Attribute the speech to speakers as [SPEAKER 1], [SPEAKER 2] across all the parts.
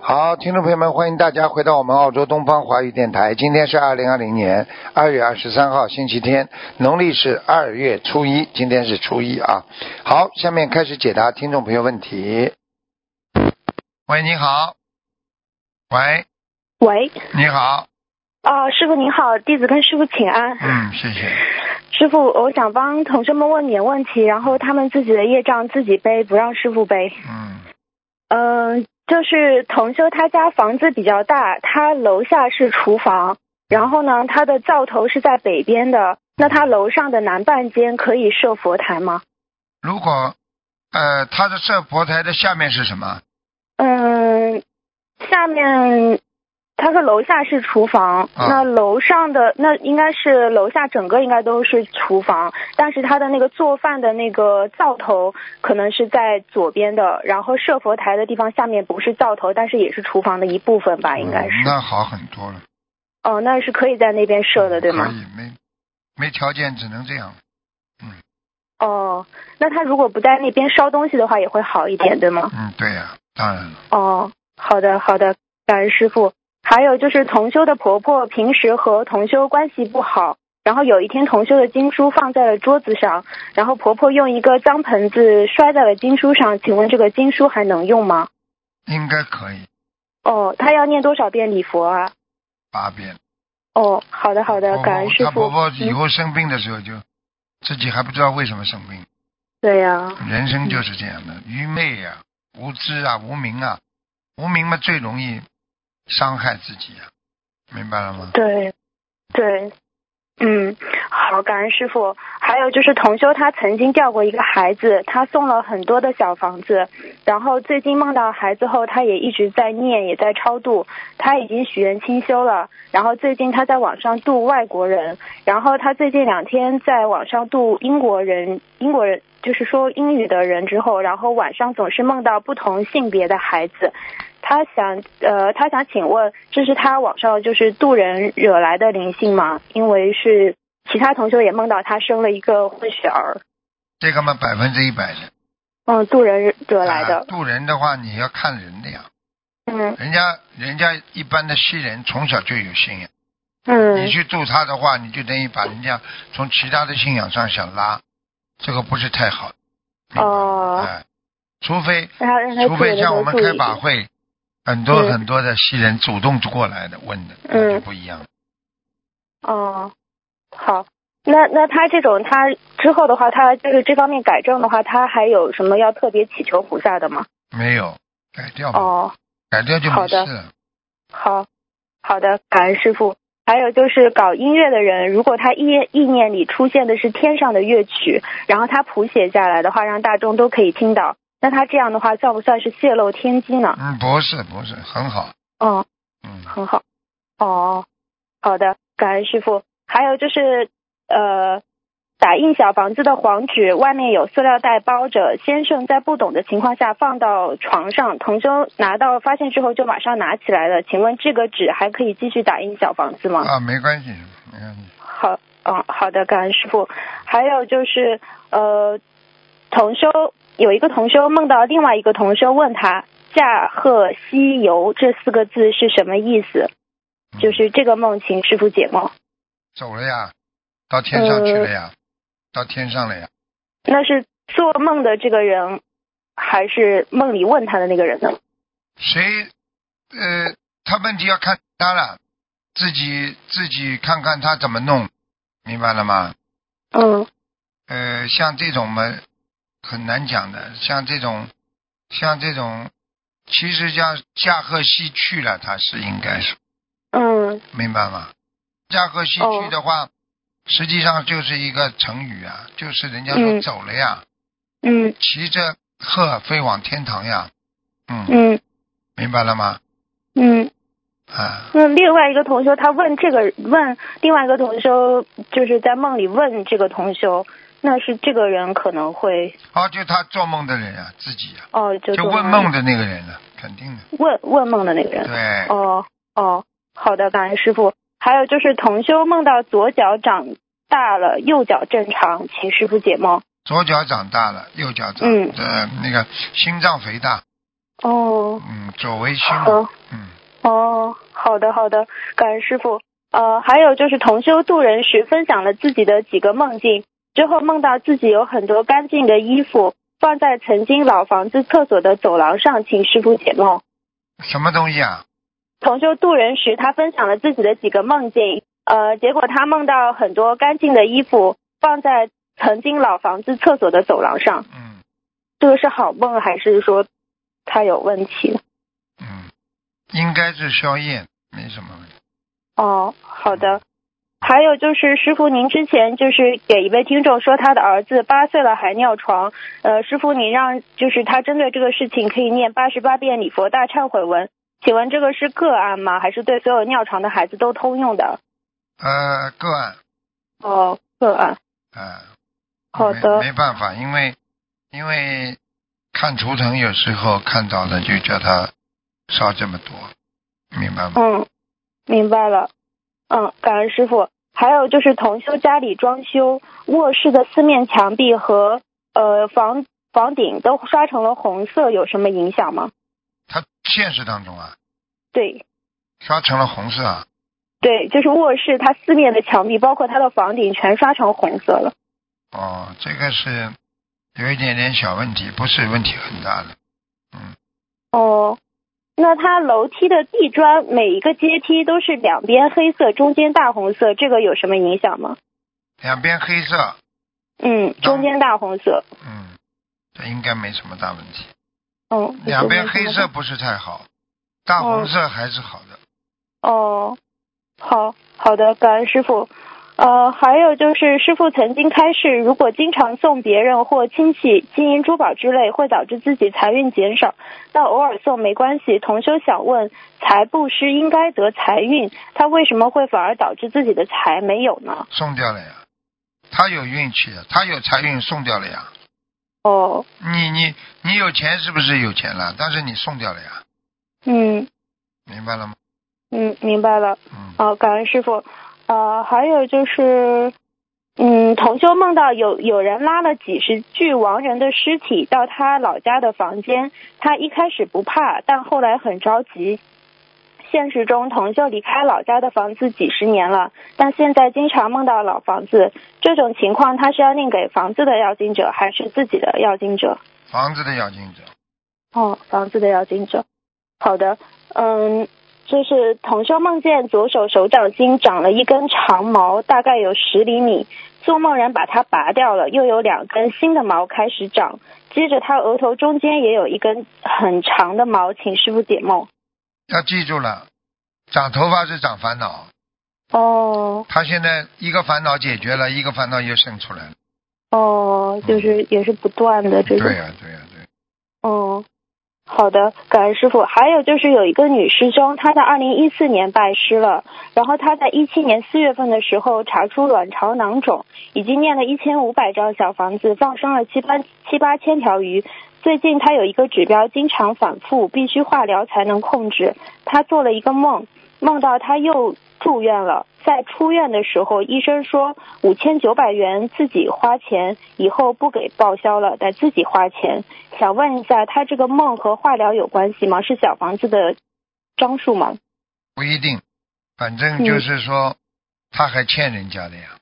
[SPEAKER 1] 好，听众朋友们，欢迎大家回到我们澳洲东方华语电台。今天是二零二零年二月二十三号，星期天，农历是二月初一，今天是初一啊。好，下面开始解答听众朋友问题。喂，你好。喂，
[SPEAKER 2] 喂，
[SPEAKER 1] 你好。
[SPEAKER 2] 啊，师傅您好，弟子跟师傅请安。
[SPEAKER 1] 嗯，谢谢。
[SPEAKER 2] 师傅，我想帮同学们问点问题，然后他们自己的业障自己背，不让师傅背。
[SPEAKER 1] 嗯
[SPEAKER 2] 嗯、就是同修他家房子比较大，他楼下是厨房，然后呢，他的灶头是在北边的，那他楼上的南半间可以设佛台吗？
[SPEAKER 1] 如果呃，他的设佛台的下面是什么？
[SPEAKER 2] 嗯，下面他说楼下是厨房，
[SPEAKER 1] 啊
[SPEAKER 2] 那楼上的那应该是楼下整个应该都是厨房，但是他的那个做饭的那个灶头可能是在左边的，然后设佛台的地方下面不是灶头，但是也是厨房的一部分吧，应该
[SPEAKER 1] 嗯
[SPEAKER 2] 是。
[SPEAKER 1] 那好很多了。
[SPEAKER 2] 哦，那是可以在那边设的，对
[SPEAKER 1] 嗯可
[SPEAKER 2] 吗？
[SPEAKER 1] 以，没没条件，只能这样。
[SPEAKER 2] 哦，那他如果不在那边烧东西的话，也会好一点，对吗？
[SPEAKER 1] 嗯，对呀、当然了。
[SPEAKER 2] 哦，好的好的，感恩师傅。还有就是同修的婆婆平时和同修关系不好，然后有一天同修的经书放在了桌子上，然后婆婆用一个脏盆子摔在了经书上，请问这个经书还能用吗？
[SPEAKER 1] 应该可以
[SPEAKER 2] 哦，她要念多少遍礼佛啊？
[SPEAKER 1] 八遍。
[SPEAKER 2] 哦，好的好的，
[SPEAKER 1] 婆
[SPEAKER 2] 感恩
[SPEAKER 1] 婆
[SPEAKER 2] 师
[SPEAKER 1] 她
[SPEAKER 2] 傅
[SPEAKER 1] 婆。婆以
[SPEAKER 2] 嗯
[SPEAKER 1] 后生病的时候就、自己还不知道为什么生病，
[SPEAKER 2] 对呀、
[SPEAKER 1] 人生就是这样的，愚昧呀、无知啊、无明啊，无明嘛最容易伤害自己啊，明白了吗？
[SPEAKER 2] 对，对，嗯，好，感恩师傅。还有就是同修他曾经掉过一个孩子，他送了很多的小房子，然后最近梦到孩子后，他也一直在念，也在超度，他已经许愿清修了。然后最近他在网上度外国人，然后他最近两天在网上度英国人，英国人。就是说英语的人之后，然后晚上总是梦到不同性别的孩子，他想，呃，他想请问，这是他网上就是渡人惹来的灵性吗？因为是其他同学也梦到他生了一个混血儿，
[SPEAKER 1] 这个嘛，百分之一百的。
[SPEAKER 2] 嗯，渡人惹来
[SPEAKER 1] 啊
[SPEAKER 2] 的，
[SPEAKER 1] 渡人的话，你要看人的呀。
[SPEAKER 2] 嗯
[SPEAKER 1] 人家人家一般的西人从小就有信仰，你
[SPEAKER 2] 嗯，
[SPEAKER 1] 去渡他的话，你就等于把人家从其他的信仰上想拉，这个不是太好。明白吗
[SPEAKER 2] 哦
[SPEAKER 1] 哎，除非
[SPEAKER 2] 让他让他
[SPEAKER 1] 除
[SPEAKER 2] 渡人
[SPEAKER 1] 非
[SPEAKER 2] 的时
[SPEAKER 1] 像我
[SPEAKER 2] 候
[SPEAKER 1] 们
[SPEAKER 2] 注
[SPEAKER 1] 开
[SPEAKER 2] 意，
[SPEAKER 1] 法会，很多
[SPEAKER 2] 嗯
[SPEAKER 1] 很多的西人主动过来的问的，那就
[SPEAKER 2] 嗯
[SPEAKER 1] 不一样。
[SPEAKER 2] 哦，好。那那他这种他之后的话，他就是这方面改正的话，他还有什么要特别祈求菩萨的吗？
[SPEAKER 1] 没有改掉吧，
[SPEAKER 2] 哦，
[SPEAKER 1] 改掉就没
[SPEAKER 2] 好
[SPEAKER 1] 事
[SPEAKER 2] 的
[SPEAKER 1] 了。
[SPEAKER 2] 好，好的，感恩师傅。还有就是搞音乐的人，如果他意意念里出现的是天上的乐曲，然后他谱写下来的话，让大众都可以听到，那他这样的话算不算是泄露天机呢？
[SPEAKER 1] 嗯，不是不是，很好。
[SPEAKER 2] 嗯，
[SPEAKER 1] 嗯，
[SPEAKER 2] 很好。哦，好的，感恩师傅。还有就是，呃，打印小房子的黄纸外面有塑料袋包着，先生在不懂的情况下放到床上，同修拿到发现之后就马上拿起来了。请问这个纸还可以继续打印小房子吗？
[SPEAKER 1] 啊，没关系，没关系。
[SPEAKER 2] 好，嗯，好的，感恩师傅。还有就是，呃，同修有一个同修梦到另外一个同修问他“驾鹤西游”这四个字是什么意思？
[SPEAKER 1] 嗯
[SPEAKER 2] 就是这个梦，请师傅解梦。
[SPEAKER 1] 走了呀，到天上去了呀，
[SPEAKER 2] 嗯
[SPEAKER 1] 到天上了呀。
[SPEAKER 2] 那是做梦的这个人，还是梦里问他的那个人呢？
[SPEAKER 1] 谁？呃，他问题要看他了，自己自己看看他怎么弄，明白了吗？
[SPEAKER 2] 嗯
[SPEAKER 1] 呃，像这种嘛，很难讲的。像这种，像这种，其实像驾鹤西去了，他是应该是
[SPEAKER 2] 嗯
[SPEAKER 1] 明白吗？驾鹤西
[SPEAKER 2] 哦
[SPEAKER 1] 去的话，实际上就是一个成语啊，就是人家说
[SPEAKER 2] 嗯
[SPEAKER 1] 走了呀，
[SPEAKER 2] 嗯
[SPEAKER 1] 骑着鹤飞往天堂呀。嗯，
[SPEAKER 2] 嗯
[SPEAKER 1] 明白了吗？
[SPEAKER 2] 嗯。
[SPEAKER 1] 啊，
[SPEAKER 2] 那另外一个同修他问这个问另外一个同修，就是在梦里问这个同修，那是这个人可能会
[SPEAKER 1] 哦，就他做梦的人啊，自己啊，
[SPEAKER 2] 哦，就
[SPEAKER 1] 就
[SPEAKER 2] 做
[SPEAKER 1] 问梦的那个人啊，肯定的。
[SPEAKER 2] 问问梦的那个人。
[SPEAKER 1] 对，
[SPEAKER 2] 哦哦，好的，感恩师傅。还有就是同修梦到左脚长大了，右脚正常，请师傅解梦。
[SPEAKER 1] 左脚长大了，右脚长，
[SPEAKER 2] 嗯
[SPEAKER 1] 呃，那个心脏肥大，
[SPEAKER 2] 哦
[SPEAKER 1] 嗯，左为心嘛，
[SPEAKER 2] 好
[SPEAKER 1] 嗯，
[SPEAKER 2] 哦，好的好的，感恩师傅。呃，还有就是同修渡人时分享了自己的几个梦境，之后梦到自己有很多干净的衣服放在曾经老房子厕所的走廊上，请师傅解梦。
[SPEAKER 1] 什么东西啊？
[SPEAKER 2] 同修渡人时，他分享了自己的几个梦境，呃，结果他梦到很多干净的衣服放在曾经老房子厕所的走廊上，
[SPEAKER 1] 嗯
[SPEAKER 2] 这个是好梦还是说他有问题？
[SPEAKER 1] 嗯，应该是宵夜，没什么问题。
[SPEAKER 2] 哦，好的。还有就是，师傅您之前就是给一位听众说他的儿子八岁了还尿床，呃，师傅您让就是他针对这个事情可以念八十八遍礼佛大忏悔文，请问这个是个案吗？还是对所有尿床的孩子都通用的？
[SPEAKER 1] 呃，个案，
[SPEAKER 2] 哦，个案。
[SPEAKER 1] 啊、
[SPEAKER 2] 好
[SPEAKER 1] 没
[SPEAKER 2] 的
[SPEAKER 1] 没办法，因为因为看图腾有时候看到的就叫他烧这么多，明白吗？
[SPEAKER 2] 嗯，明白了。嗯，感恩师傅。还有就是同修家里装修，卧室的四面墙壁和呃房房顶都刷成了红色，有什么影响吗？
[SPEAKER 1] 他现实当中啊，
[SPEAKER 2] 对
[SPEAKER 1] 刷成了红色啊，
[SPEAKER 2] 对，就是卧室它四面的墙壁，包括它的房顶，全刷成红色了。
[SPEAKER 1] 哦，这个是有一点点小问题，不是问题很大的。
[SPEAKER 2] 哦，那它楼梯的地砖每一个阶梯都是两边黑色，中间大红色，这个有什么影响吗？
[SPEAKER 1] 两边黑色，
[SPEAKER 2] 嗯，中间大红色。
[SPEAKER 1] 嗯，这应该没什么大问题。
[SPEAKER 2] 嗯，
[SPEAKER 1] 两边黑色。不是太好，大红色还是好的。
[SPEAKER 2] 哦，好好的，感恩师傅。呃，还有就是师傅曾经开示，如果经常送别人或亲戚金银珠宝之类，会导致自己财运减少。但偶尔送没关系。同修想问，财布施应该得财运，他为什么会反而导致自己的财没有呢？
[SPEAKER 1] 送掉了呀，他有运气的，他有财运，送掉了呀。
[SPEAKER 2] 哦，
[SPEAKER 1] 你你你有钱是不是有钱了？但是你送掉了呀，
[SPEAKER 2] 嗯
[SPEAKER 1] 明白了吗？
[SPEAKER 2] 嗯，明白了。
[SPEAKER 1] 嗯，
[SPEAKER 2] 哦，感恩师傅。呃，还有就是，嗯，同修梦到有有人拉了几十具亡人的尸体到他老家的房间，他一开始不怕，但后来很着急。现实中，同修离开老家的房子几十年了，但现在经常梦到老房子。这种情况，他是要念给房子的要经者，还是自己的要经者？
[SPEAKER 1] 房子的要经者，
[SPEAKER 2] 哦，房子的要经者。好的，嗯，就是同修梦见左手手掌心长了一根长毛，大概有十厘米。做梦人把它拔掉了，又有两根新的毛开始长。接着他额头中间也有一根很长的毛，请师傅解梦。
[SPEAKER 1] 要记住了，长头发是长烦恼，
[SPEAKER 2] 哦
[SPEAKER 1] 他现在一个烦恼解决了，一个烦恼又生出来了。
[SPEAKER 2] 哦，就是也是不断的这种
[SPEAKER 1] 对。呀、对呀、对、
[SPEAKER 2] 哦，好的，感恩师傅。还有就是有一个女师兄，她在二零一四年拜师了，然后她在一七年四月份的时候查出卵巢囊肿，已经念了一千五百张小房子，放生了七八七八千条鱼。最近她有一个指标经常反复，必须化疗才能控制。她做了一个梦，梦到她又住院了。在出院的时候，医生说五千九百元自己花钱，以后不给报销了，得自己花钱。想问一下，他这个梦和化疗有关系吗？是小房子的张数吗？
[SPEAKER 1] 不一定，反正就是说、他还欠人家的呀。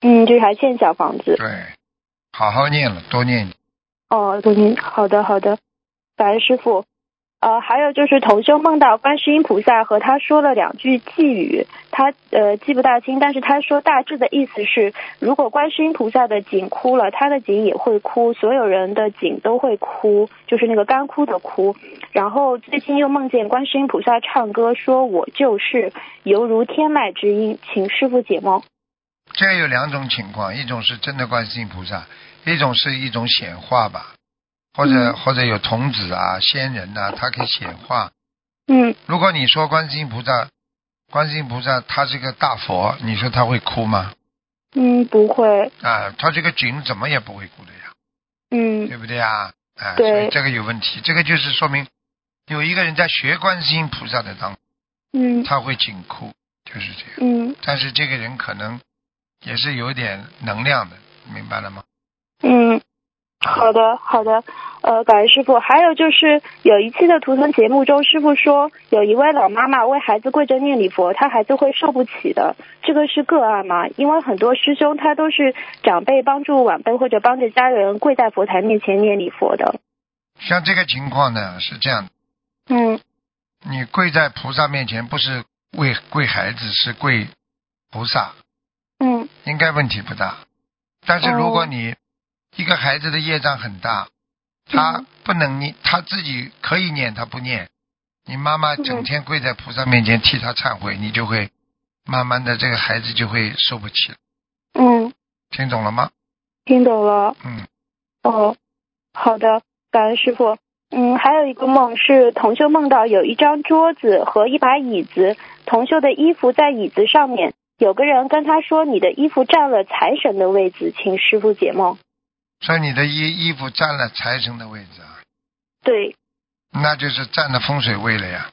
[SPEAKER 2] 嗯，就是还欠小房子。
[SPEAKER 1] 对，好好念了，多念一点。
[SPEAKER 2] 哦，对，您好的好的，感恩师傅。呃，还有就是同修梦到观世音菩萨和他说了两句寄语，他呃记不大清，但是他说大致的意思是，如果观世音菩萨的井哭了，他的井也会哭，所有人的井都会哭，就是那个干枯的枯。然后最近又梦见观世音菩萨唱歌，说我就是犹如天籁之音，请师傅解梦。
[SPEAKER 1] 这有两种情况，一种是真的观世音菩萨，一种是一种显化吧，或者、
[SPEAKER 2] 嗯
[SPEAKER 1] 或者有童子啊、仙人呐、他可以显化。
[SPEAKER 2] 嗯，
[SPEAKER 1] 如果你说观世音菩萨，观世音菩萨他是个大佛，你说他会哭吗？
[SPEAKER 2] 嗯，不会，
[SPEAKER 1] 啊，他这个菌怎么也不会顾的呀，
[SPEAKER 2] 嗯
[SPEAKER 1] 对不对呀？啊，
[SPEAKER 2] 对
[SPEAKER 1] 所以这个有问题，这个就是说明有一个人在学观世音菩萨的当中，
[SPEAKER 2] 嗯
[SPEAKER 1] 他会紧箍，就是这样。
[SPEAKER 2] 嗯
[SPEAKER 1] 但是这个人可能也是有点能量的，明白了吗？
[SPEAKER 2] 嗯，好的好的，呃，感恩师傅。还有就是有一期的图腾节目中，师傅说有一位老妈妈为孩子跪着念礼佛，她孩子会受不起的，这个是个案吗？因为很多师兄他都是长辈帮助晚辈或者帮着家人跪在佛台面前念礼佛的，
[SPEAKER 1] 像这个情况呢，是这样的：
[SPEAKER 2] 嗯
[SPEAKER 1] 你跪在菩萨面前，不是为跪孩子，是跪菩萨，
[SPEAKER 2] 嗯
[SPEAKER 1] 应该问题不大。但是
[SPEAKER 2] 哦
[SPEAKER 1] 如果你一个孩子的业障很大，他不能念，他自己可以念，他不念，你妈妈整天跪在菩萨面前替他忏悔，你就会慢慢的这个孩子就会受不起了，
[SPEAKER 2] 嗯，
[SPEAKER 1] 听懂了吗？
[SPEAKER 2] 听懂了。
[SPEAKER 1] 嗯，
[SPEAKER 2] 哦，好的，感恩师傅。嗯，还有一个梦是同修梦到有一张桌子和一把椅子，同修的衣服在椅子上面，有个人跟他说：“你的衣服占了财神的位置，请师傅解梦。
[SPEAKER 1] 所以你的衣衣服占了财神的位置啊。”
[SPEAKER 2] 对，
[SPEAKER 1] 那就是占了风水位了呀。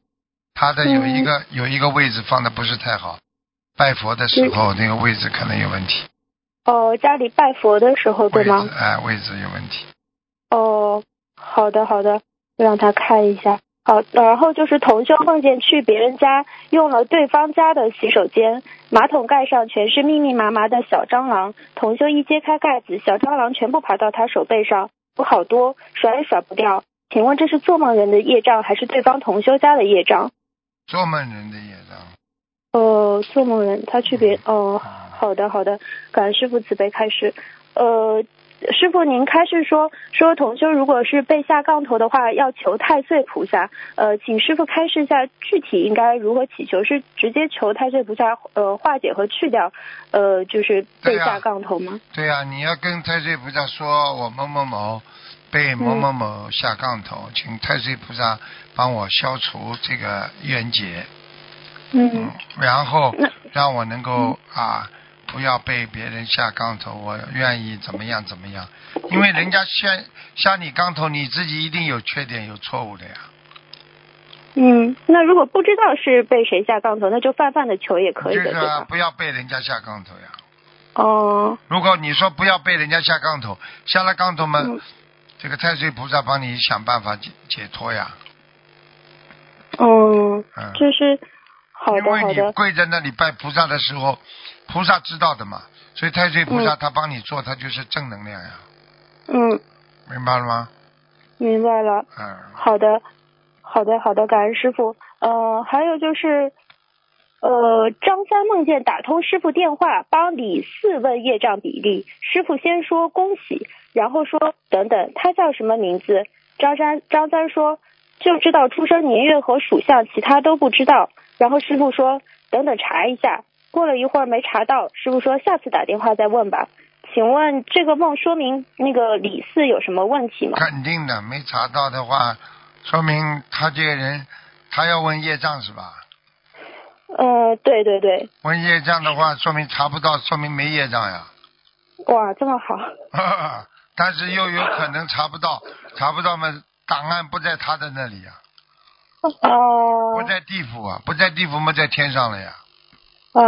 [SPEAKER 1] 他的有一
[SPEAKER 2] 嗯
[SPEAKER 1] 个、有一个位置放的不是太好，拜佛的时
[SPEAKER 2] 嗯
[SPEAKER 1] 候那个位置可能有问题，
[SPEAKER 2] 哦，家里拜佛的时候
[SPEAKER 1] 位
[SPEAKER 2] 对
[SPEAKER 1] 置
[SPEAKER 2] 吗？
[SPEAKER 1] 哎位置有问题。
[SPEAKER 2] 哦，好的好的，让他看一下。好，然后就是同修梦见去别人家用了对方家的洗手间，马桶盖上全是密密麻麻的小蟑螂。同修一揭开盖子，小蟑螂全部爬到他手背上，有好多，甩也甩不掉。请问这是做梦人的业障，还是对方同修家的业障？
[SPEAKER 1] 做梦人的业障，
[SPEAKER 2] 哦，做梦人他去别哦，好的好的，感恩师傅慈悲开示。呃，师傅您开示说说同修如果是被下杠头的话，要求太岁菩萨。呃，请师傅开示一下具体应该如何祈求，是直接求太岁菩萨呃化解和去掉呃就是被下杠头吗？
[SPEAKER 1] 对呀、你要跟太岁菩萨说，我某某某被某某某下杠头，请太岁菩萨帮我消除这个冤结，
[SPEAKER 2] 嗯，
[SPEAKER 1] 然后
[SPEAKER 2] 那嗯
[SPEAKER 1] 让我能够啊，不要被别人下杠头，我愿意怎么样怎么样，因为人家下下你杠头，你自己一定有缺点有错误的呀，
[SPEAKER 2] 嗯，那如果不知道是被谁下杠头，那就泛泛的求也可以
[SPEAKER 1] 就
[SPEAKER 2] 的，
[SPEAKER 1] 是
[SPEAKER 2] 对
[SPEAKER 1] 啊
[SPEAKER 2] 吧？
[SPEAKER 1] 不要被人家下杠头呀。
[SPEAKER 2] 哦，
[SPEAKER 1] 如果你说不要被人家下杠头，下了杠头嘛，
[SPEAKER 2] 嗯
[SPEAKER 1] 这个太岁菩萨帮你想办法解解脱呀，
[SPEAKER 2] 嗯，
[SPEAKER 1] 嗯，
[SPEAKER 2] 就是好
[SPEAKER 1] 因
[SPEAKER 2] 的
[SPEAKER 1] 为
[SPEAKER 2] 好
[SPEAKER 1] 你
[SPEAKER 2] 的，
[SPEAKER 1] 跪在那里拜菩萨的时候，菩萨知道的嘛，所以太岁菩萨他帮你做，他就是正能量呀，
[SPEAKER 2] 嗯，
[SPEAKER 1] 明白了吗？
[SPEAKER 2] 明白了。
[SPEAKER 1] 嗯。
[SPEAKER 2] 好的，好的，好的，感恩师傅。呃，还有就是，呃，张三梦见打通师傅电话，帮李四问业障比例。师傅先说恭喜，然后说等等，他叫什么名字？张三张三说就知道出生年月和属相，其他都不知道。然后师傅说等等查一下。过了一会儿没查到，师傅说下次打电话再问吧。请问这个梦说明那个李四有什么问题吗？
[SPEAKER 1] 肯定的，没查到的话，说明他这个人，他要问业障是吧？
[SPEAKER 2] 呃，对对对，
[SPEAKER 1] 问业障的话，说明查不到，说明没业障呀。
[SPEAKER 2] 哇，这么好，
[SPEAKER 1] 但是又有可能查不到，查不到嘛，档案不在他的那里呀，
[SPEAKER 2] 哦
[SPEAKER 1] 不，在地府啊，不在地府嘛，在天上了呀。
[SPEAKER 2] 啊，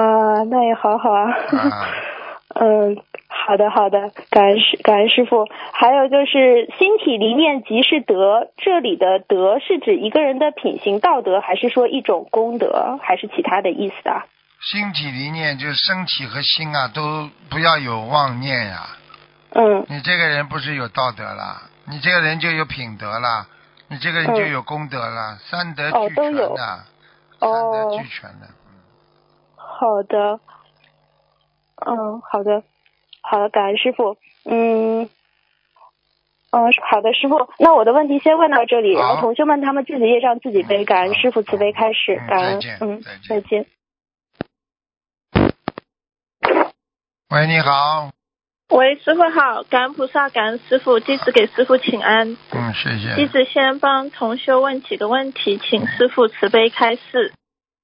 [SPEAKER 2] 那也好好啊，
[SPEAKER 1] 啊
[SPEAKER 2] 嗯，好的好的，感恩师感恩师傅。还有就是心体离念即是德，这里的德是指一个人的品行道德，还是说一种功德，还是其他的意思啊？
[SPEAKER 1] 心体离念就是身体和心啊，都不要有妄念呀、
[SPEAKER 2] 嗯
[SPEAKER 1] 你这个人不是有道德啦，你这个人就有品德啦，你这个人就有功德啦，三德
[SPEAKER 2] 哦
[SPEAKER 1] 俱
[SPEAKER 2] 都
[SPEAKER 1] 全的，
[SPEAKER 2] 有
[SPEAKER 1] 三
[SPEAKER 2] 哦
[SPEAKER 1] 德俱全的。
[SPEAKER 2] 好的，嗯，好的，好的，感恩师傅，嗯。嗯，好的，师傅，那我的问题先问到这里，
[SPEAKER 1] 好
[SPEAKER 2] 然后同学们他们自己业障自己背，感恩师傅慈悲开始
[SPEAKER 1] 嗯，
[SPEAKER 2] 感
[SPEAKER 1] 再
[SPEAKER 2] 恩
[SPEAKER 1] 见，
[SPEAKER 2] 嗯
[SPEAKER 1] 再见，
[SPEAKER 2] 再见。
[SPEAKER 1] 喂，你好，
[SPEAKER 3] 喂，师傅好，感恩菩萨，感恩师傅，弟子给师傅请安。
[SPEAKER 1] 嗯，谢
[SPEAKER 3] 弟
[SPEAKER 1] 谢。
[SPEAKER 3] 子先帮同修问几个问题，请师傅慈悲开示。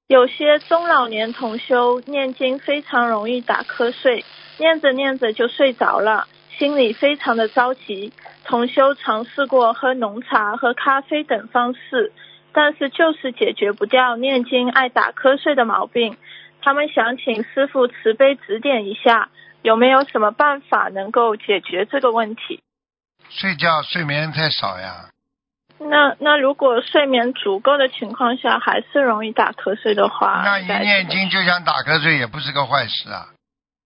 [SPEAKER 3] 有些中老年同修念经非常容易打瞌睡，念着念着就睡着了，心里非常的着急。同修尝试过喝浓茶、喝咖啡等方式，但是就是解决不掉念经爱打瞌睡的毛病。他们想请师傅慈悲指点一下，有没有什么办法能够解决这个问题？
[SPEAKER 1] 睡觉睡眠太少呀，
[SPEAKER 3] 那那如果睡眠足够的情况下，还是容易打瞌睡的话，
[SPEAKER 1] 那一
[SPEAKER 3] 该
[SPEAKER 1] 念
[SPEAKER 3] 怎么
[SPEAKER 1] 经就想打瞌睡也不是个坏事啊。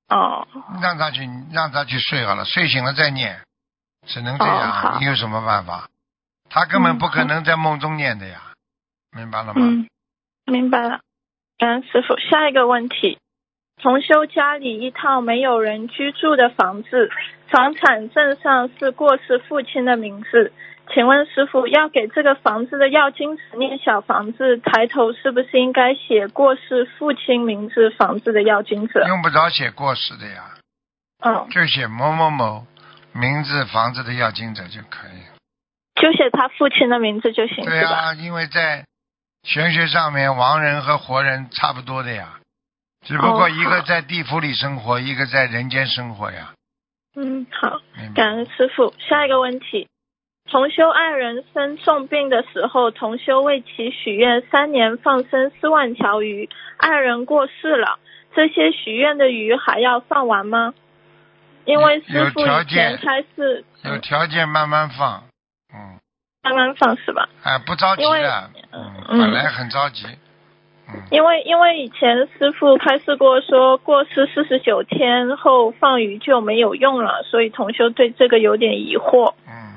[SPEAKER 3] 哦，
[SPEAKER 1] 让他去，让他去睡好了，睡醒了再念，只能这样。
[SPEAKER 3] 哦好
[SPEAKER 1] 你有什么办法？他根本
[SPEAKER 3] 嗯
[SPEAKER 1] 不可能在梦中念的呀，明白了吗？
[SPEAKER 3] 嗯，明白了。感恩师傅，下一个问题：重修家里一套没有人居住的房子，房产证上是过世父亲的名字，请问师傅要给这个房子的要经者念小房子，抬头是不是应该写过世父亲名字房子的要经者？
[SPEAKER 1] 用不着写过世的呀，
[SPEAKER 3] 嗯，
[SPEAKER 1] 就写某某某名字房子的要经者就可以。
[SPEAKER 3] 就写他父亲的名字就行，
[SPEAKER 1] 对
[SPEAKER 3] 是吧？
[SPEAKER 1] 啊，因为在玄学上面，亡人和活人差不多的呀，只不过
[SPEAKER 3] 哦
[SPEAKER 1] 一个
[SPEAKER 3] 好
[SPEAKER 1] 在地府里生活，一个在人间生活呀。
[SPEAKER 3] 嗯，好。
[SPEAKER 1] 明白
[SPEAKER 3] 感恩师傅。下一个问题：同修爱人生重病的时候，同修为其许愿三年放生四万条鱼，爱人过世了，这些许愿的鱼还要放完吗？因为
[SPEAKER 1] 有有
[SPEAKER 3] 师傅
[SPEAKER 1] 条
[SPEAKER 3] 以
[SPEAKER 1] 件
[SPEAKER 3] 前开始
[SPEAKER 1] 有条件慢慢放，嗯，
[SPEAKER 3] 慢慢放是吧？
[SPEAKER 1] 哎，不着急
[SPEAKER 3] 因为
[SPEAKER 1] 的，嗯，
[SPEAKER 3] 嗯
[SPEAKER 1] 本来很着急，嗯。
[SPEAKER 3] 因为因为以前师傅开示过说，过世四十九天后放鱼就没有用了，所以同修对这个有点疑惑。
[SPEAKER 1] 嗯，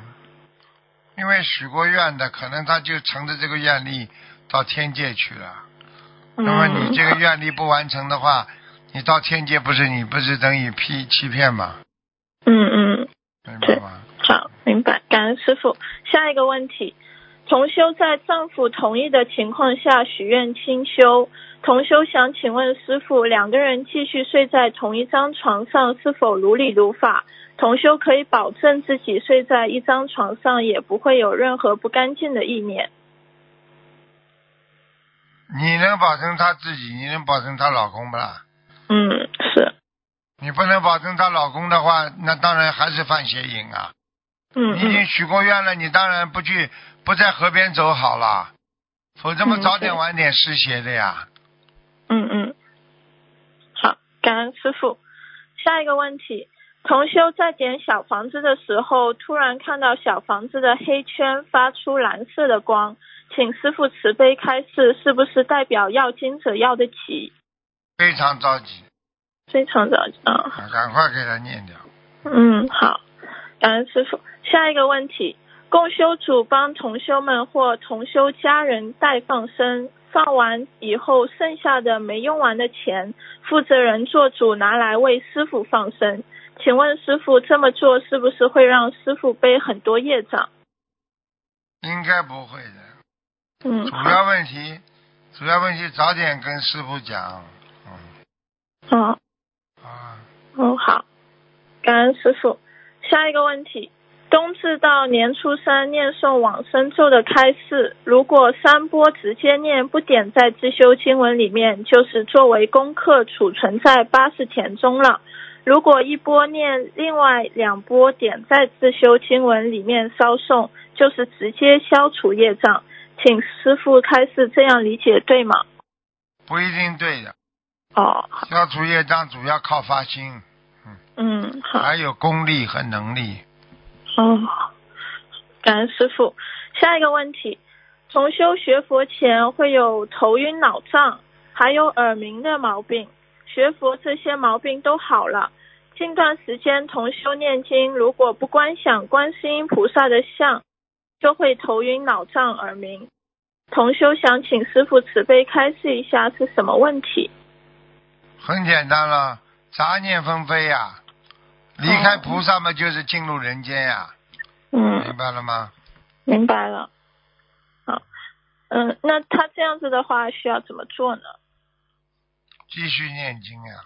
[SPEAKER 1] 因为许过愿的，可能他就乘着这个愿力到天界去了。
[SPEAKER 3] 嗯，
[SPEAKER 1] 那么你这个愿力不完成的话，你到天界不是你不是等于批欺骗吗？
[SPEAKER 3] 嗯嗯。
[SPEAKER 1] 明白吗？
[SPEAKER 3] 好，明白，感恩师傅。下一个问题，同修在丈夫同意的情况下许愿清修，同修想请问师傅，两个人继续睡在同一张床上是否如理如法？同修可以保证自己睡在一张床上也不会有任何不干净的意念。
[SPEAKER 1] 你能保证她自己，你能保证她老公不啦？
[SPEAKER 3] 嗯，是，
[SPEAKER 1] 你不能保证她老公的话，那当然还是犯邪淫啊！
[SPEAKER 3] 嗯
[SPEAKER 1] 你已经
[SPEAKER 3] 嗯
[SPEAKER 1] 许过愿了，你当然不去不在河边走好了，否则么
[SPEAKER 3] 嗯
[SPEAKER 1] 早
[SPEAKER 3] 对
[SPEAKER 1] 点晚点湿邪的呀。
[SPEAKER 3] 嗯嗯。好，感恩师傅。下一个问题，同修在点小房子的时候，突然看到小房子的黑圈发出蓝色的光，请师傅慈悲开示，是不是代表要经者要得起？
[SPEAKER 1] 非常着急，
[SPEAKER 3] 非常的，嗯
[SPEAKER 1] 啊赶快给他念掉。
[SPEAKER 3] 嗯，好，感恩师傅。下一个问题，共修组帮同修们或同修家人代放生，放完以后剩下的没用完的钱，负责人做主拿来为师傅放生。请问师傅这么做是不是会让师傅背很多业障？
[SPEAKER 1] 应该不会的，
[SPEAKER 3] 嗯，
[SPEAKER 1] 主
[SPEAKER 3] 好，
[SPEAKER 1] 要问题，主要问题早点跟师傅讲，嗯，
[SPEAKER 3] 嗯，
[SPEAKER 1] 啊，
[SPEAKER 3] 嗯，好，感恩师傅。下一个问题，冬至到年初三念诵往生咒的开示，如果三波直接念，不点在自修经文里面，就是作为功课储存在八十田中了。如果一波念，另外两波点在自修经文里面稍诵，就是直接消除业障。请师傅开示，这样理解对吗？
[SPEAKER 1] 不一定对的。
[SPEAKER 3] 哦，好
[SPEAKER 1] 消除业障主要靠发心，
[SPEAKER 3] 嗯，好。
[SPEAKER 1] 还有功力和能力。
[SPEAKER 3] 哦，感恩师傅。下一个问题，重修学佛前会有头晕脑胀，还有耳鸣的毛病。学佛这些毛病都好了，近段时间同修念经，如果不观想观世音菩萨的像，就会头晕脑胀、耳鸣。同修想请师傅慈悲开示一下是什么问题？
[SPEAKER 1] 很简单了，杂念纷飞呀、离开菩萨嘛就是进入人间呀、
[SPEAKER 3] 嗯，
[SPEAKER 1] 明白了吗？
[SPEAKER 3] 明白了。好，嗯，那他这样子的话需要怎么做呢？
[SPEAKER 1] 继续念经呀、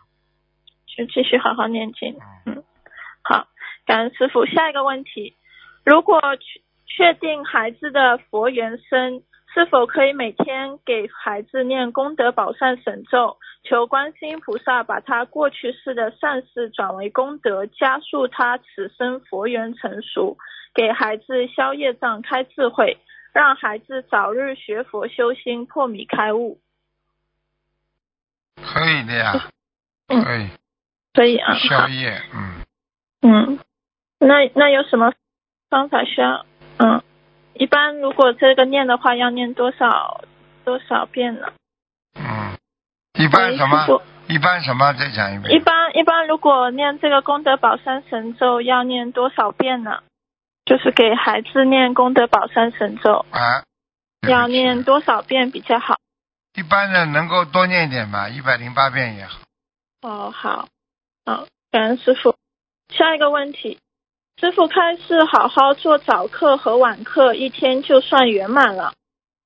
[SPEAKER 3] 就继续好好念经。嗯，好，感恩师傅。下一个问题，如果确确定孩子的佛缘生，是否可以每天给孩子念功德宝善神咒，求观世音菩萨把他过去世的善事转为功德，加速他此生佛缘成熟，给孩子消业障、开智慧，让孩子早日学佛修心、破迷开悟？
[SPEAKER 1] 可以的呀，
[SPEAKER 3] 嗯
[SPEAKER 1] 可以
[SPEAKER 3] 可以啊，好
[SPEAKER 1] 宵夜，嗯，
[SPEAKER 3] 嗯，那那有什么方法需要？嗯，一般如果这个念的话，要念多少多少遍呢？
[SPEAKER 1] 嗯，一般什
[SPEAKER 3] 哎喂师
[SPEAKER 1] 么
[SPEAKER 3] 傅？
[SPEAKER 1] 一般什么？再讲一
[SPEAKER 3] 一
[SPEAKER 1] 遍。
[SPEAKER 3] 般一般，如果念这个功德宝山神咒，要念多少遍呢？就是给孩子念功德宝山神咒，
[SPEAKER 1] 啊，对不起
[SPEAKER 3] 要念多少遍比较好？
[SPEAKER 1] 一般的能够多念一点吧，一百零八遍也好。
[SPEAKER 3] 哦，好，好，感恩师傅。下一个问题，师傅开示好好做早课和晚课，一天就算圆满了。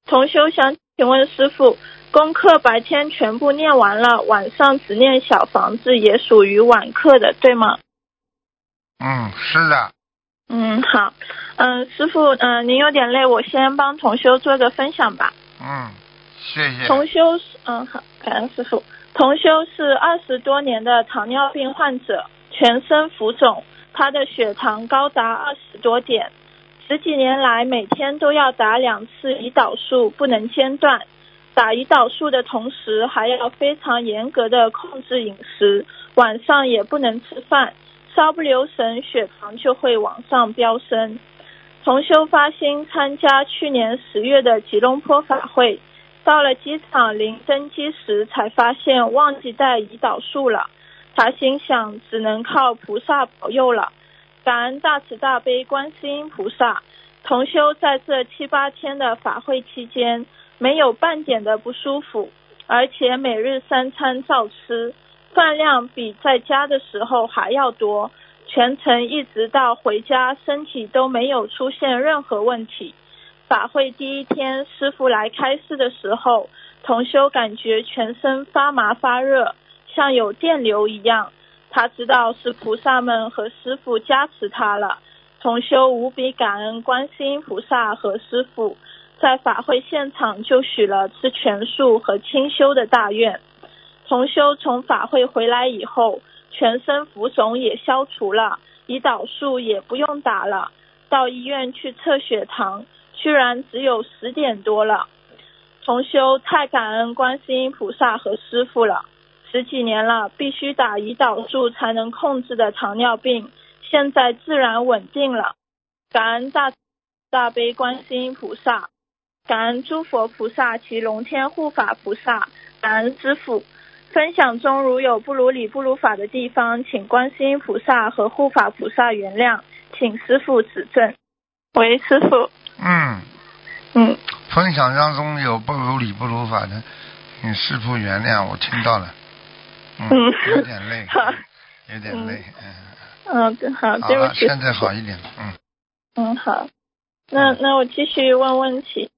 [SPEAKER 3] 同修想请问师傅，功课白天全部念完了，晚上只念小房子，也属于晚课的，对吗？
[SPEAKER 1] 嗯，是的，
[SPEAKER 3] 嗯，好，嗯，师傅，嗯，您有点累，我先帮同修做个分享吧。
[SPEAKER 1] 嗯，谢谢。
[SPEAKER 3] 同修是，嗯，好，感恩师傅。同修是二十多年的糖尿病患者，全身浮肿，他的血糖高达二十多点，十几年来每天都要打两次胰岛素，不能间断。打胰岛素的同时，还要非常严格的控制饮食，晚上也不能吃饭，稍不留神血糖就会往上飙升。同修发心参加去年十月的吉隆坡法会，到了机场临登机时，才发现忘记带胰岛素了。他心想，只能靠菩萨保佑了，感恩大慈大悲观世音菩萨。同修在这七八天的法会期间，没有半点的不舒服，而且每日三餐照吃，饭量比在家的时候还要多。全程一直到回家，身体都没有出现任何问题。法会第一天，师傅来开示的时候，同修感觉全身发麻发热，像有电流一样。他知道是菩萨们和师傅加持他了。同修无比感恩观世音菩萨和师傅，在法会现场就许了吃全素和清修的大愿。同修从法会回来以后，全身浮肿也消除了，胰岛素也不用打了。到医院去测血糖，居然只有十点多了。同修太感恩观世音菩萨和师傅了，十几年了，必须打胰岛素才能控制的糖尿病，现在自然稳定了。感恩大大悲观世音菩萨，感恩诸佛菩萨及龙天护法菩萨，感恩师父。分享中如有不如理、不如法的地方，请观世音菩萨和护法菩萨原谅，请师父指正。喂，师傅，
[SPEAKER 1] 嗯，
[SPEAKER 3] 嗯，
[SPEAKER 1] 分享当中有不如理不如法的，你师傅原谅我听到了，嗯
[SPEAKER 3] 嗯，
[SPEAKER 1] 有点累
[SPEAKER 3] 好，
[SPEAKER 1] 有点累，嗯，
[SPEAKER 3] 嗯，对好，
[SPEAKER 1] 好
[SPEAKER 3] 对不
[SPEAKER 1] 了，
[SPEAKER 3] 起，
[SPEAKER 1] 现在好一点了，嗯，
[SPEAKER 3] 嗯，好，那那我继续问问题，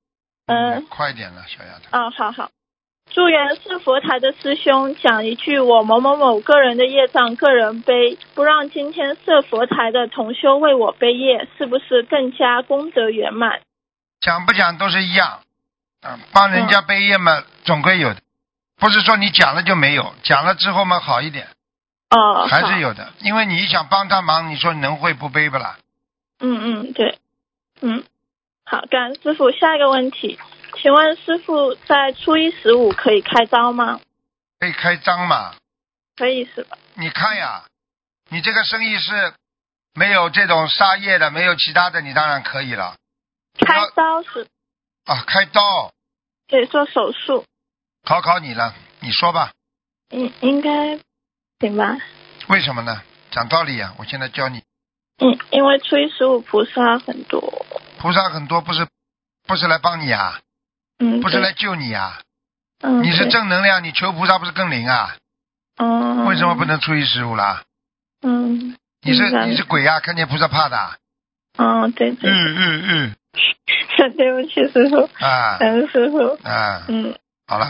[SPEAKER 3] 嗯，
[SPEAKER 1] 快点了，小丫头，
[SPEAKER 3] 啊，好好，祝愿是佛台的师兄讲一句我某某某个人的业障个人背，不让今天设佛台的同修为我背业，是不是更加功德圆满？
[SPEAKER 1] 讲不讲都是一样，啊，帮人家背业嘛，总归有的，不是说你讲了就没有，讲了之后嘛好一点，
[SPEAKER 3] 哦，
[SPEAKER 1] 还
[SPEAKER 3] 好
[SPEAKER 1] 是有的，因为你想帮他忙，你说能会不背不啦？
[SPEAKER 3] 嗯嗯，对，嗯，好，感恩师傅。下一个问题，请问师傅在初一十五可以开刀吗？
[SPEAKER 1] 可以开张嘛？
[SPEAKER 3] 可以是吧？
[SPEAKER 1] 你看呀，你这个生意是没有这种杀业的，没有其他的，你当然可以了
[SPEAKER 3] 开刀是
[SPEAKER 1] 啊。开刀，
[SPEAKER 3] 可以做手术，
[SPEAKER 1] 考考你了，你说吧，
[SPEAKER 3] 应应该行吧？
[SPEAKER 1] 为什么呢？讲道理呀、啊我现在教你，
[SPEAKER 3] 嗯，因为初一十五菩萨很多，
[SPEAKER 1] 菩萨很多不是不是来帮你啊，
[SPEAKER 3] 嗯，
[SPEAKER 1] 不是
[SPEAKER 3] 对
[SPEAKER 1] 来救你啊，
[SPEAKER 3] 嗯，
[SPEAKER 1] 你是
[SPEAKER 3] 对，
[SPEAKER 1] 正能量，你求菩萨不是更灵啊？
[SPEAKER 3] 嗯，
[SPEAKER 1] 为什么不？能初一十五啦？
[SPEAKER 3] 嗯
[SPEAKER 1] 你是
[SPEAKER 3] 明白
[SPEAKER 1] 你是鬼呀、看见菩萨怕的啊，
[SPEAKER 3] 嗯，对
[SPEAKER 1] 嗯
[SPEAKER 3] 对，
[SPEAKER 1] 嗯
[SPEAKER 3] 对不起师傅，
[SPEAKER 1] 嗯啊
[SPEAKER 3] 感恩师傅，
[SPEAKER 1] 啊，
[SPEAKER 3] 嗯。
[SPEAKER 1] 好了，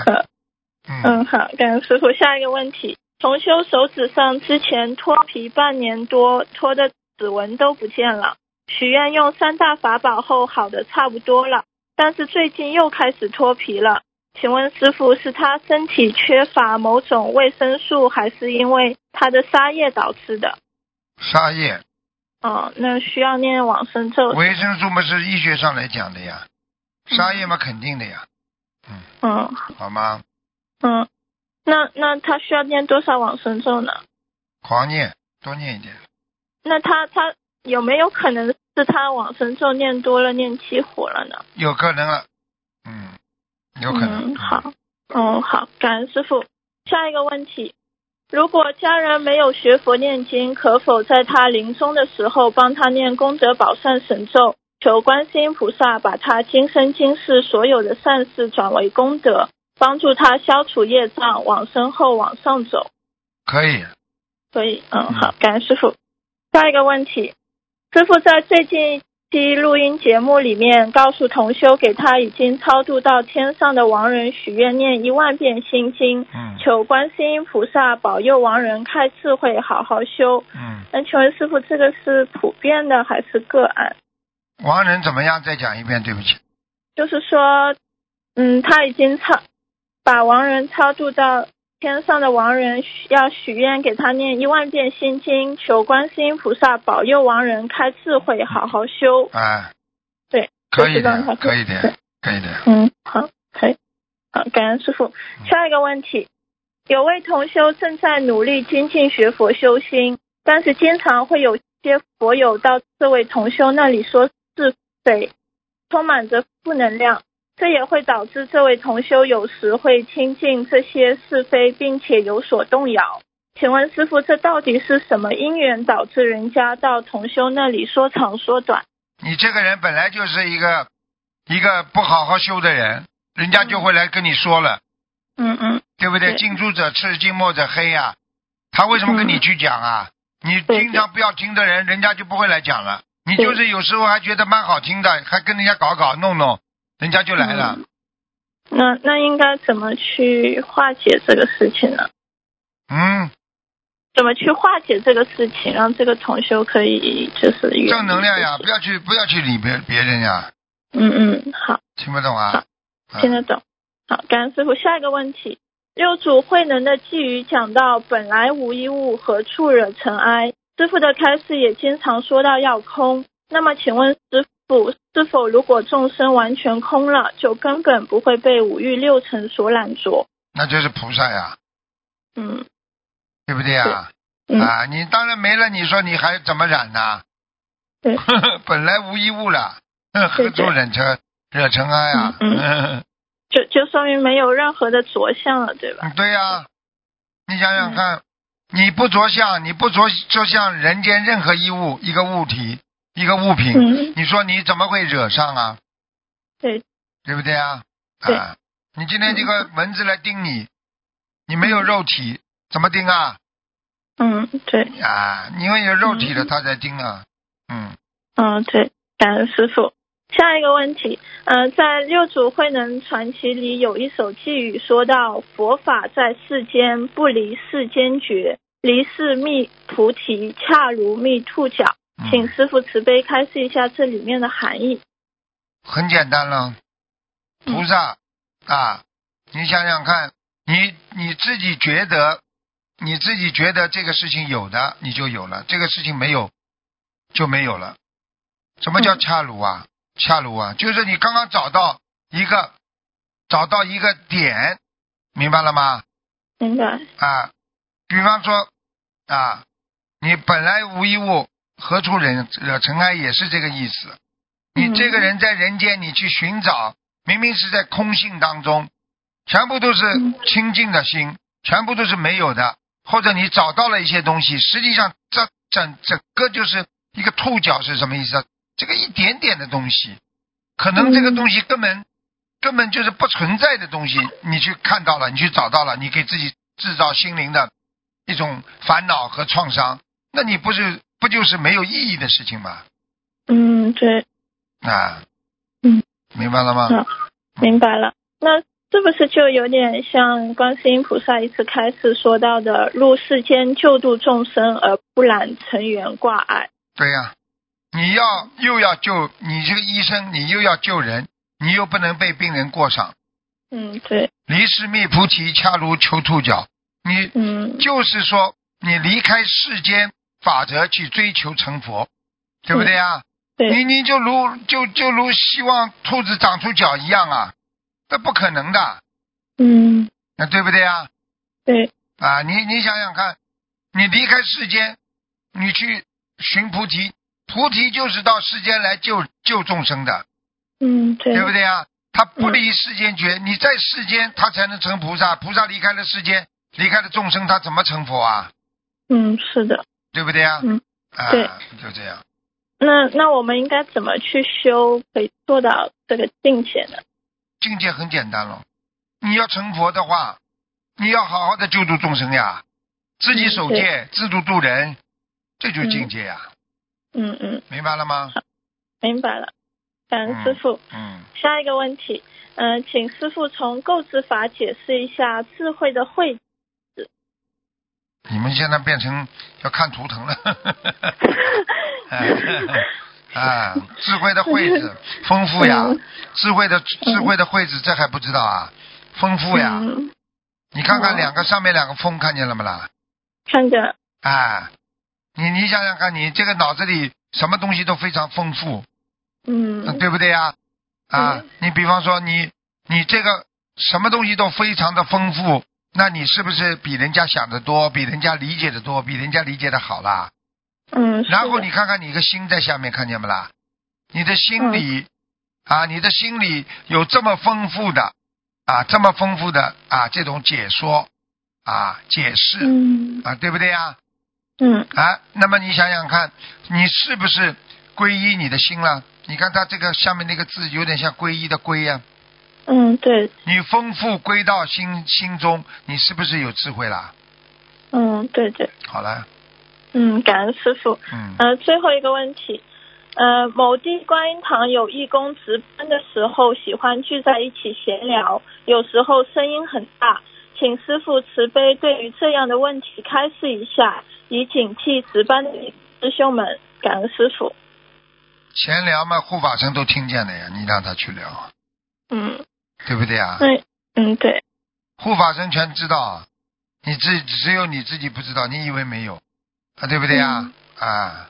[SPEAKER 1] 嗯
[SPEAKER 3] 嗯，好，感恩师傅。下一个问题，重修手指上之前脱皮半年多，脱的指纹都不见了。许愿用三大法宝后，好的差不多了。但是最近又开始脱皮了。请问师傅，是他身体缺乏某种维生素，还是因为他的沙叶导致的？
[SPEAKER 1] 沙叶
[SPEAKER 3] 哦，那需要念往生咒。
[SPEAKER 1] 维生素嘛是医学上来讲的呀，沙叶嘛肯定的呀，
[SPEAKER 3] 嗯
[SPEAKER 1] 好吗？
[SPEAKER 3] 嗯，那那他需要念多少往生咒呢？
[SPEAKER 1] 狂念，多念一点。
[SPEAKER 3] 那他他有没有可能是他往生咒念多了，念起火了呢？
[SPEAKER 1] 有可能了，嗯，有可能。
[SPEAKER 3] 嗯，好，嗯，好，感恩师傅。下一个问题，如果家人没有学佛念经，可否在他临终的时候帮他念功德宝善神咒，求观世音菩萨把他今生今世所有的善事转为功德，帮助他消除业障，往生后往上走？
[SPEAKER 1] 可以。
[SPEAKER 3] 所以，嗯，好，感恩师傅。下一个问题，师傅在最近一期录音节目里面告诉同修，给他已经超度到天上的亡人许愿念一万遍心经，
[SPEAKER 1] 嗯
[SPEAKER 3] 求观世音菩萨保佑亡人开智慧，好好修。
[SPEAKER 1] 嗯，
[SPEAKER 3] 那请问师傅，这个是普遍的还是个案？
[SPEAKER 1] 亡人怎么样？再讲一遍，对不起。
[SPEAKER 3] 就是说，嗯，他已经超把亡人超度到天上的亡人许，要许愿给他念一万遍心经，求观世音菩萨保佑亡人开智慧，好好修。
[SPEAKER 1] 哎，
[SPEAKER 3] 对，
[SPEAKER 1] 可以
[SPEAKER 3] 就是让他
[SPEAKER 1] 的，可以的，可以的。
[SPEAKER 3] 嗯，好，可以。好，感恩师傅。下一个问题，有位同修正在努力精进学佛修心，但是经常会有些佛友到这位同修那里说是非，充满着负能量，这也会导致这位同修有时会亲近这些是非，并且有所动摇。请问师傅，这到底是什么因缘导致人家到同修那里说长说短？
[SPEAKER 1] 你这个人本来就是一个一个不好好修的人，人家就会来跟你说了，
[SPEAKER 3] 嗯嗯
[SPEAKER 1] 对不对？
[SPEAKER 3] 对
[SPEAKER 1] 近朱者赤，近墨者黑呀、他为什么跟你去讲啊？你
[SPEAKER 3] 对
[SPEAKER 1] 经常不要听的人，人家就不会来讲了。你
[SPEAKER 3] 对
[SPEAKER 1] 就是有时候还觉得蛮好听的，还跟人家搞搞弄弄，人家就来了。
[SPEAKER 3] 嗯那那应该怎么去化解这个事情呢？
[SPEAKER 1] 嗯，
[SPEAKER 3] 怎么去化解这个事情，让这个同修可以就是远离
[SPEAKER 1] 正能量呀，不
[SPEAKER 3] 自己
[SPEAKER 1] 要去不要去理别别人呀，
[SPEAKER 3] 嗯嗯，好，
[SPEAKER 1] 听不懂啊？嗯
[SPEAKER 3] 听得懂。好，感恩师傅。下一个问题，六祖慧能的寄语讲到“本来无一物，何处惹尘埃”。师傅的开示也经常说到要空。那么，请问师傅，是否如果众生完全空了，就根本不会被五欲六尘所染着？
[SPEAKER 1] 那就是菩萨呀，
[SPEAKER 3] 嗯
[SPEAKER 1] 对不对呀？
[SPEAKER 3] 嗯
[SPEAKER 1] 啊，你当然没了，你说你还怎么染呢？
[SPEAKER 3] 对
[SPEAKER 1] 本来无一物了， 哼
[SPEAKER 3] 对
[SPEAKER 1] 何
[SPEAKER 3] 对
[SPEAKER 1] 处惹尘惹尘埃啊？
[SPEAKER 3] 嗯就就说明没有任何的着相了，对吧？
[SPEAKER 1] 对呀、你想想看，你不着相，你不着就像人间任何一物、一个物体、一个物品，
[SPEAKER 3] 嗯，
[SPEAKER 1] 你说你怎么会惹上啊？
[SPEAKER 3] 对，
[SPEAKER 1] 对不对啊？
[SPEAKER 3] 对
[SPEAKER 1] 啊，你今天这个蚊子来叮你，你没有肉体，怎么叮啊？
[SPEAKER 3] 嗯，对，
[SPEAKER 1] 啊，因为有肉体了，
[SPEAKER 3] 嗯
[SPEAKER 1] 它才叮啊。嗯，
[SPEAKER 3] 嗯，对，感恩师傅。下一个问题，呃，在《六祖慧能传奇》里有一首寄语说到：“佛法在世间，不离世间觉，离世觅菩提，恰如觅兔角。”
[SPEAKER 1] 嗯
[SPEAKER 3] 请师傅慈悲开示一下这里面的含义。
[SPEAKER 1] 很简单了，
[SPEAKER 3] 嗯
[SPEAKER 1] 菩萨啊，你想想看，你你自己觉得，你自己觉得这个事情有的，你就有了；这个事情没有，就没有了。什么叫
[SPEAKER 3] 嗯
[SPEAKER 1] 恰如啊？恰如啊，就是你刚刚找到一个，找到一个点，明白了吗？
[SPEAKER 3] 明白？
[SPEAKER 1] 啊，比方说啊，你本来无一物，何处惹惹尘埃，也是这个意思。你这个人在人间，你去寻找，明明是在空性当中，全部都是
[SPEAKER 3] 嗯
[SPEAKER 1] 清净的心，全部都是没有的，或者你找到了一些东西，实际上这整整个就是一个兔角是什么意思啊？这个一点点的东西，可能这个
[SPEAKER 3] 嗯
[SPEAKER 1] 东西根本、根本就是不存在的东西，你去看到了，你去找到了，你给自己制造心灵的一种烦恼和创伤，那你不是不就是没有意义的事情吗？
[SPEAKER 3] 嗯，对，
[SPEAKER 1] 啊，
[SPEAKER 3] 嗯，
[SPEAKER 1] 明白了吗？
[SPEAKER 3] 嗯明白了。那是不是就有点像观世音菩萨一次开示说到的“入世间救度众生，而不染尘缘挂碍”？
[SPEAKER 1] 对呀、你要又要救你这个医生，你又要救人，你又不能被病人过上。
[SPEAKER 3] 嗯，对，
[SPEAKER 1] 离世密菩提，恰如求兔角。你
[SPEAKER 3] 嗯，
[SPEAKER 1] 就是说，你离开世间法则去追求成佛，对不对啊？你
[SPEAKER 3] 对，
[SPEAKER 1] 你就如就就如希望兔子长出脚一样啊，这不可能的，
[SPEAKER 3] 嗯，
[SPEAKER 1] 那对不对啊？
[SPEAKER 3] 对，
[SPEAKER 1] 啊，你你想想看，你离开世间，你去寻菩提，菩提就是到世间来救救众生的，
[SPEAKER 3] 嗯，对，
[SPEAKER 1] 对不对啊？他不
[SPEAKER 3] 嗯
[SPEAKER 1] 离世间觉，你在世间他才能成菩萨，菩萨离开了世间，离开了众生，他怎么成佛啊？
[SPEAKER 3] 嗯，是的。
[SPEAKER 1] 对不对啊？
[SPEAKER 3] 嗯，
[SPEAKER 1] 啊
[SPEAKER 3] 对，
[SPEAKER 1] 就这样。
[SPEAKER 3] 那那我们应该怎么去修，可以做到这个境界呢？
[SPEAKER 1] 境界很简单了。你要成佛的话，你要好好的救助众生呀，自
[SPEAKER 3] 嗯
[SPEAKER 1] 己守戒，自度度人，这就是境界呀，
[SPEAKER 3] 嗯嗯，
[SPEAKER 1] 明白了吗？
[SPEAKER 3] 明白了，感恩师傅。
[SPEAKER 1] 嗯，
[SPEAKER 3] 下一个问题，嗯、请师傅从构字法解释一下智慧的慧。
[SPEAKER 1] 你们现在变成要看图腾 了。哎啊，智慧的慧字丰富呀
[SPEAKER 3] 嗯，
[SPEAKER 1] 智慧的智慧的慧字，这还不知道啊，丰富呀。
[SPEAKER 3] 嗯，
[SPEAKER 1] 你看看
[SPEAKER 3] 哦
[SPEAKER 1] 两个上面两个峰，看见了没啦？
[SPEAKER 3] 看着，
[SPEAKER 1] 啊，你你想想看，你这个脑子里什么东西都非常丰富，
[SPEAKER 3] 嗯
[SPEAKER 1] 那对不对呀？啊
[SPEAKER 3] 嗯，
[SPEAKER 1] 你比方说你你这个什么东西都非常的丰富，那你是不是比人家想的多，比人家理解的多，比人家理解的好啦？
[SPEAKER 3] 嗯，是的
[SPEAKER 1] 然后你看看你个心在下面，看见没啦？你的心
[SPEAKER 3] 嗯
[SPEAKER 1] 里、啊，你的心里有这么丰富的啊，这么丰富的啊这种解说啊解释、
[SPEAKER 3] 嗯
[SPEAKER 1] 啊，对不对呀？
[SPEAKER 3] 嗯
[SPEAKER 1] 啊，那么你想想看，你是不是皈依你的心了？你看它这个下面那个字有点像皈依的皈呀、
[SPEAKER 3] 嗯，对，
[SPEAKER 1] 你丰富归到心心中，你是不是有智慧啦？
[SPEAKER 3] 嗯对对，
[SPEAKER 1] 好了，
[SPEAKER 3] 嗯，感恩师傅。
[SPEAKER 1] 嗯，
[SPEAKER 3] 呃，最后一个问题，呃，某地观音堂有义工值班的时候，喜欢聚在一起闲聊，有时候声音很大，请师傅慈悲，对于这样的问题开示一下，以警惕值班的师兄们。感恩师傅。
[SPEAKER 1] 闲聊嘛，护法神都听见了呀，你让他去聊，
[SPEAKER 3] 嗯，
[SPEAKER 1] 对不对啊？
[SPEAKER 3] 那嗯对，
[SPEAKER 1] 护法神全知道啊，你自只有你自己不知道，你以为没有啊？对不对啊？啊，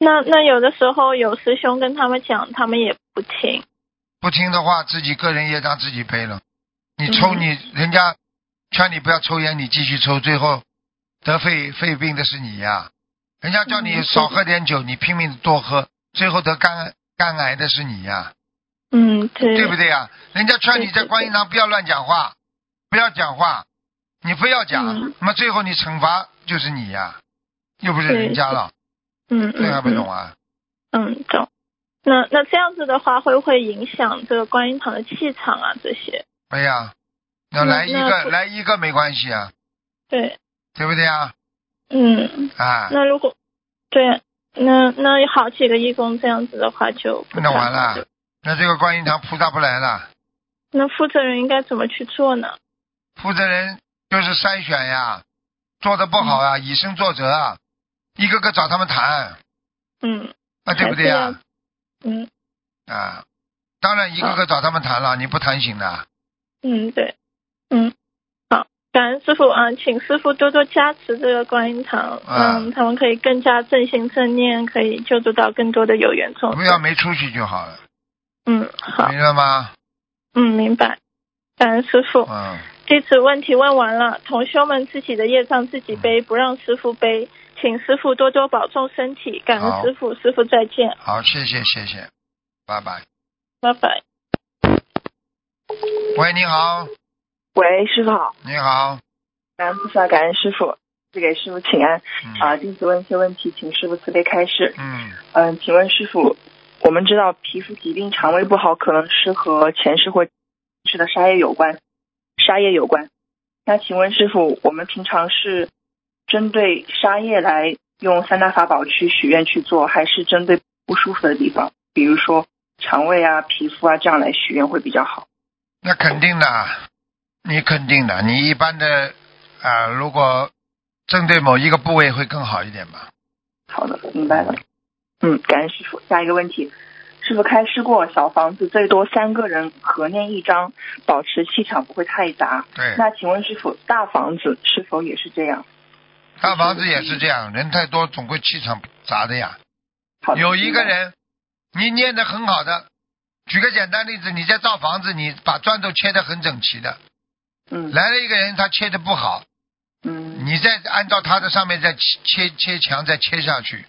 [SPEAKER 3] 那那有的时候有师兄跟他们讲，他们也不听。
[SPEAKER 1] 不听的话，自己个人业障自己背了。
[SPEAKER 3] 嗯
[SPEAKER 1] 你抽你、人家劝你不要抽烟，你继续抽，最后得肺肺病的是你呀、人家叫你
[SPEAKER 3] 嗯
[SPEAKER 1] 少喝点酒，你拼命地多喝，最后得肝肝癌的是你呀、
[SPEAKER 3] 嗯对，
[SPEAKER 1] 对不对呀、人家劝你
[SPEAKER 3] 对
[SPEAKER 1] 在
[SPEAKER 3] 对
[SPEAKER 1] 观音堂不要乱讲话，不要讲话，你非要讲，
[SPEAKER 3] 嗯
[SPEAKER 1] 那么最后你惩罚就是你呀、又不是
[SPEAKER 3] 对
[SPEAKER 1] 人家了，
[SPEAKER 3] 嗯
[SPEAKER 1] 这还不
[SPEAKER 3] 嗯嗯
[SPEAKER 1] 懂啊？
[SPEAKER 3] 嗯，懂。那那这样子的话，会不会影响这个观音堂的气场啊？这些？
[SPEAKER 1] 哎呀，那
[SPEAKER 3] 那
[SPEAKER 1] 来一
[SPEAKER 3] 那
[SPEAKER 1] 个
[SPEAKER 3] 不
[SPEAKER 1] 来一个没关系啊，
[SPEAKER 3] 对，
[SPEAKER 1] 对不对啊？
[SPEAKER 3] 嗯，
[SPEAKER 1] 啊，
[SPEAKER 3] 那如果对，那那有好几个义工这样子的话就不
[SPEAKER 1] 那完
[SPEAKER 3] 太好
[SPEAKER 1] 了，那这个观音堂菩萨不来了，
[SPEAKER 3] 那负责人应该怎么去做呢？
[SPEAKER 1] 负责人就是筛选呀，做的不好啊，以身作则啊，一个个找他们谈
[SPEAKER 3] 嗯
[SPEAKER 1] 啊，对不对
[SPEAKER 3] 还
[SPEAKER 1] 呀
[SPEAKER 3] 是？嗯
[SPEAKER 1] 啊，当然一个个找他们谈了，你不谈行的。
[SPEAKER 3] 嗯，对，嗯，好，感恩师傅啊，请师傅多多加持这个观音堂，
[SPEAKER 1] 啊
[SPEAKER 3] 嗯，他们可以更加正行正念，可以救助到更多的有缘众
[SPEAKER 1] 不要
[SPEAKER 3] 生。
[SPEAKER 1] 没出息就好了，
[SPEAKER 3] 嗯，哦好，
[SPEAKER 1] 明白吗？
[SPEAKER 3] 嗯，明白，感恩师傅。
[SPEAKER 1] 嗯，
[SPEAKER 3] 弟子问题问完了，同修们自己的业障自己背，不让师傅背，请师傅多多保重身体，感
[SPEAKER 1] 好
[SPEAKER 3] 恩师傅，师傅再见，
[SPEAKER 1] 好，谢谢谢谢，拜拜。
[SPEAKER 3] 拜拜。
[SPEAKER 1] 喂，你好，
[SPEAKER 4] 喂，师傅好，
[SPEAKER 1] 你好，
[SPEAKER 4] 感恩菩萨，感恩师傅，是给师傅请安啊！
[SPEAKER 1] 嗯
[SPEAKER 4] 弟子问一些问题，请师傅慈悲开示。
[SPEAKER 1] 嗯，
[SPEAKER 4] 嗯、请问师傅，我们知道皮肤疾病、肠胃不好，可能是和前世或世的杀业有关，杀业有关。那请问师傅，我们平常是针对杀业来用三大法宝去许愿去做，还是针对不舒服的地方，比如说肠胃啊、皮肤啊这样来许愿会比较好？
[SPEAKER 1] 那肯定的，你肯定的，你一般的啊、如果针对某一个部位会更好一点吧。
[SPEAKER 4] 好的，明白了。嗯，感恩师傅。下一个问题，师傅开示过，小房子最多三个人合念一张，保持气场不会太杂。
[SPEAKER 1] 对，
[SPEAKER 4] 那请问师傅，大房子是否也是这样？
[SPEAKER 1] 大房子也是这样，人太多总归气场杂的呀。
[SPEAKER 4] 好的
[SPEAKER 1] 有一个，人，你念的很好的，举个简单例子，你在造房子，你把砖头切得很整齐的，
[SPEAKER 4] 嗯
[SPEAKER 1] 来了一个人他切的不好，
[SPEAKER 4] 嗯
[SPEAKER 1] 你再按照他的上面再切切切墙再切下去，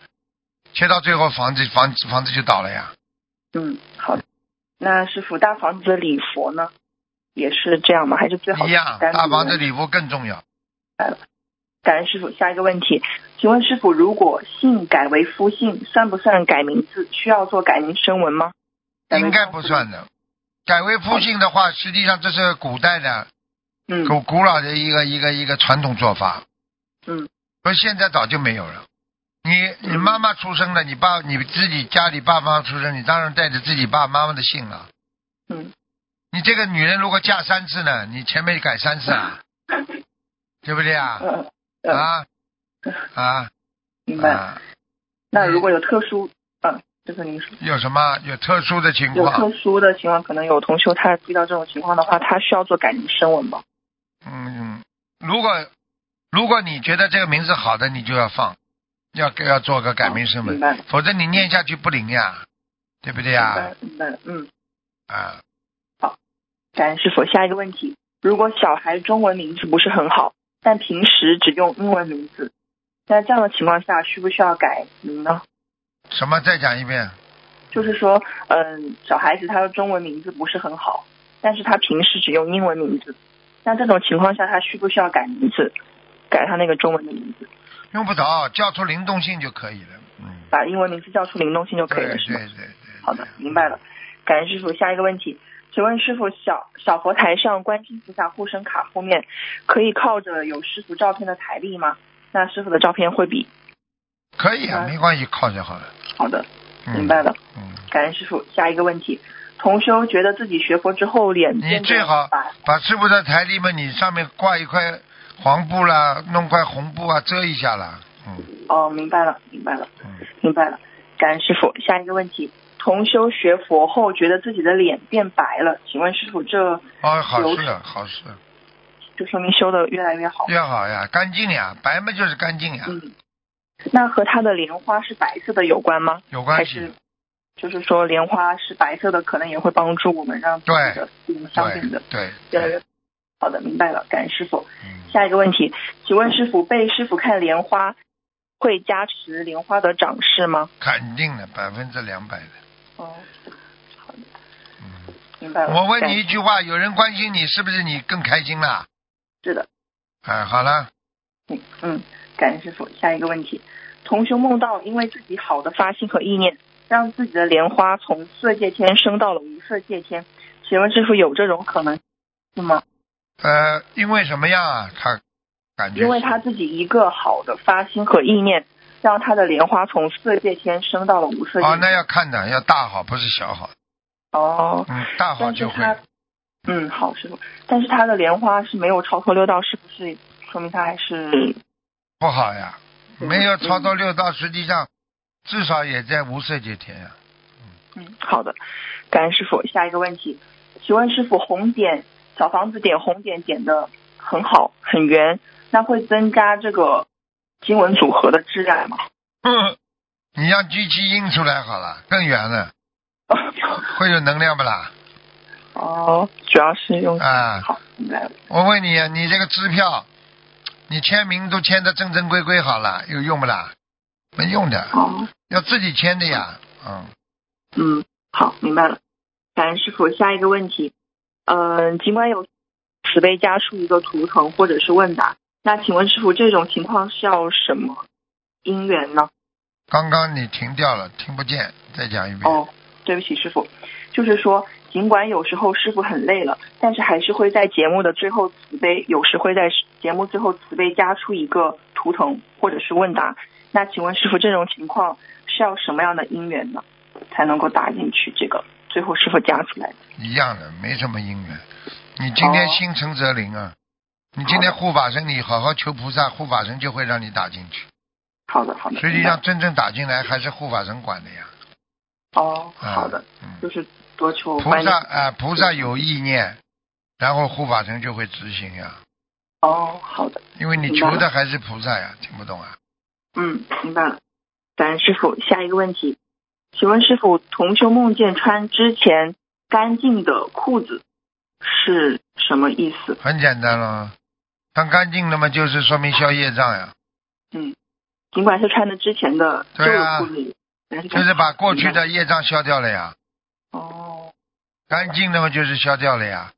[SPEAKER 1] 切到最后房子房子房子就倒了呀。
[SPEAKER 4] 嗯，好的。那师傅，大房子的礼佛呢，也是这样吗？还是最好
[SPEAKER 1] 一样，
[SPEAKER 4] 单独
[SPEAKER 1] 大房
[SPEAKER 4] 的
[SPEAKER 1] 子礼物更重要。
[SPEAKER 4] 感恩师傅，下一个问题，请问师傅，如果姓改为夫姓，算不算改名字？需要做改名声纹吗？改为
[SPEAKER 1] 应该不算的。改为夫姓的话，实际上这是古代的
[SPEAKER 4] 夫姓。嗯
[SPEAKER 1] 古古老的一个一个一个传统做法。
[SPEAKER 4] 嗯。
[SPEAKER 1] 而现在早就没有了。你你妈妈出生了，你爸你自己家里爸妈出生，你当然带着自己爸妈妈的姓了。
[SPEAKER 4] 嗯，
[SPEAKER 1] 你这个女人如果嫁三次呢，你前面改三次 啊，对不对啊？
[SPEAKER 4] 嗯嗯
[SPEAKER 1] 啊 啊
[SPEAKER 4] 明白。
[SPEAKER 1] 啊！
[SPEAKER 4] 那如果有特殊，嗯，师傅您说，
[SPEAKER 1] 有什么有特殊的情
[SPEAKER 4] 有
[SPEAKER 1] 况？
[SPEAKER 4] 特殊的情况，可能有同修他遇到这种情况的话，他需要做改名声纹吗？
[SPEAKER 1] 嗯，如果如果你觉得这个名字好的，你就要放，要要做个改名声
[SPEAKER 4] 明
[SPEAKER 1] 纹，
[SPEAKER 4] 白，明
[SPEAKER 1] 否则你念下去不灵呀，对不对呀
[SPEAKER 4] 白？，明白。嗯，
[SPEAKER 1] 啊，
[SPEAKER 4] 感恩师傅，下一个问题，如果小孩中文名字不是很好，但平时只用英文名字，那这样的情况下，需不需要改名呢？
[SPEAKER 1] 什么？再讲一遍。
[SPEAKER 4] 就是说，嗯，小孩子他的中文名字不是很好，但是他平时只用英文名字，那这种情况下，他需不需要改名字，改他那个中文的名字，
[SPEAKER 1] 用不着，叫出灵动性就可以了。嗯，
[SPEAKER 4] 把英文名字叫出灵动性就可以
[SPEAKER 1] 对
[SPEAKER 4] 了，
[SPEAKER 1] 对
[SPEAKER 4] 是吗？
[SPEAKER 1] 对对。
[SPEAKER 4] 好的，明白了。感恩师傅，下一个问题，请问师傅，小小佛台上观世音菩萨护身卡后面可以靠着有师傅照片的台历吗？那师傅的照片会比
[SPEAKER 1] 可以啊，
[SPEAKER 4] 嗯
[SPEAKER 1] 没关系，靠着好了。
[SPEAKER 4] 好的，
[SPEAKER 1] 嗯
[SPEAKER 4] 明白了。
[SPEAKER 1] 嗯，
[SPEAKER 4] 感恩师傅，下一个问题，同修觉得自己学佛之后脸
[SPEAKER 1] 你
[SPEAKER 4] 变
[SPEAKER 1] 最
[SPEAKER 4] 得
[SPEAKER 1] 哎好
[SPEAKER 4] 白，
[SPEAKER 1] 把师傅的台历嘛，你上面挂一块黄布啦，弄块红布啊，遮一下啦。嗯
[SPEAKER 4] 哦，明白了，明白了。
[SPEAKER 1] 嗯。
[SPEAKER 4] 明白了，感恩师傅。下一个问题，同修学佛后觉得自己的脸变白了，请问师傅这
[SPEAKER 1] 哦，好
[SPEAKER 4] 有
[SPEAKER 1] 事啊，好事，
[SPEAKER 4] 就说明修的越来越好？
[SPEAKER 1] 越好呀，干净呀，白嘛就是干净呀，
[SPEAKER 4] 嗯，那和他的莲花是白色的有关吗？
[SPEAKER 1] 有
[SPEAKER 4] 还
[SPEAKER 1] 关
[SPEAKER 4] 是
[SPEAKER 1] 系。
[SPEAKER 4] 就是说莲花是白色的，可能也会帮助我们让自己的心相
[SPEAKER 1] 对
[SPEAKER 4] 应的
[SPEAKER 1] 对
[SPEAKER 4] 越来越
[SPEAKER 1] 对，
[SPEAKER 4] 好的，明白了，感恩师傅。
[SPEAKER 1] 嗯
[SPEAKER 4] 下一个问题，请问师傅，被师傅看莲花会加持莲花的长势吗？
[SPEAKER 1] 嗯肯定的，百分之两百的。
[SPEAKER 4] 哦，好的，
[SPEAKER 1] 嗯，
[SPEAKER 4] 明白了。
[SPEAKER 1] 我问
[SPEAKER 4] 感
[SPEAKER 1] 你一句话，有人关心你，是不是你更开心了？
[SPEAKER 4] 是的。
[SPEAKER 1] 哎，好了，
[SPEAKER 4] 嗯，嗯，感恩师傅。下一个问题，同学梦到因为自己好的发心和意念，让自己的莲花从色界天升到了无色界天，请问师傅有这种可能性吗？
[SPEAKER 1] 呃，因为什么样啊？他感觉
[SPEAKER 4] 因为他自己一个好的发心和意念，让他的莲花从色界天升到了无色界
[SPEAKER 1] 哦，
[SPEAKER 4] 天。
[SPEAKER 1] 那要看的，要大好，不是小好。
[SPEAKER 4] 哦，
[SPEAKER 1] 嗯，大好
[SPEAKER 4] 但是
[SPEAKER 1] 就会。
[SPEAKER 4] 他，嗯，好师傅，但是他的莲花是没有超脱六道，是不是说明他还是
[SPEAKER 1] 不好呀，
[SPEAKER 4] 嗯
[SPEAKER 1] 没有超到六道，实际上至少也在无色界天呀。
[SPEAKER 4] 嗯，好的，感恩师傅。下一个问题，请问师傅，红点小房子点红点点的很好，很圆，那会增加这个经文组合的质量吗？
[SPEAKER 1] 你让机器印出来好了，更圆了，会有能量不啦？
[SPEAKER 4] 哦，主要是用、
[SPEAKER 1] 啊，
[SPEAKER 4] 好，明白了。
[SPEAKER 1] 我问你，啊你这个支票，你签名都签的正正规规好了，有用不啦？没用的，
[SPEAKER 4] 哦，
[SPEAKER 1] 要自己签的呀。嗯，
[SPEAKER 4] 嗯，好，明白了。感恩师傅。下一个问题，嗯、尽管有慈悲加出一个图腾或者是问答，那请问师傅，这种情况是要什么因缘呢？
[SPEAKER 1] 刚刚你停掉了，听不见，再讲一遍。
[SPEAKER 4] 哦，对不起，师傅，就是说，尽管有时候师傅很累了，但是还是会在节目的最后慈悲，有时会在节目最后慈悲加出一个图腾或者是问答。那请问师傅，这种情况是要什么样的因缘呢，才能够打进去这个最后师傅加出来的？
[SPEAKER 1] 一样的，没什么因缘。你今天
[SPEAKER 4] 哦
[SPEAKER 1] 心诚则灵啊！你今天护法神，你好好求菩萨，护法神就会让你打进去。
[SPEAKER 4] 好的，好的。
[SPEAKER 1] 实际
[SPEAKER 4] 明白
[SPEAKER 1] 上，真正打进来还是护法神管的呀。
[SPEAKER 4] 哦，好的，
[SPEAKER 1] 嗯，
[SPEAKER 4] 就是多求
[SPEAKER 1] 菩
[SPEAKER 4] 观
[SPEAKER 1] 萨
[SPEAKER 4] 音。
[SPEAKER 1] 啊、菩萨有意念，然后护法神就会执行呀、
[SPEAKER 4] 哦，好的，
[SPEAKER 1] 因为你
[SPEAKER 4] 明白
[SPEAKER 1] 求
[SPEAKER 4] 了
[SPEAKER 1] 的还是菩萨呀、听不懂啊？
[SPEAKER 4] 嗯，明白了。感恩师傅，下一个问题，请问师傅，同修梦见穿之前干净的裤子是什么意思？
[SPEAKER 1] 很简单了，穿干净了嘛，就是说明消业障呀，
[SPEAKER 4] 尽管是穿的之前的旧
[SPEAKER 1] 对啊
[SPEAKER 4] 的裤子，但是
[SPEAKER 1] 就
[SPEAKER 4] 感
[SPEAKER 1] 是把过去
[SPEAKER 4] 明白
[SPEAKER 1] 的业障消掉了呀。
[SPEAKER 4] 哦，
[SPEAKER 1] 干净的嘛，就是消掉了呀。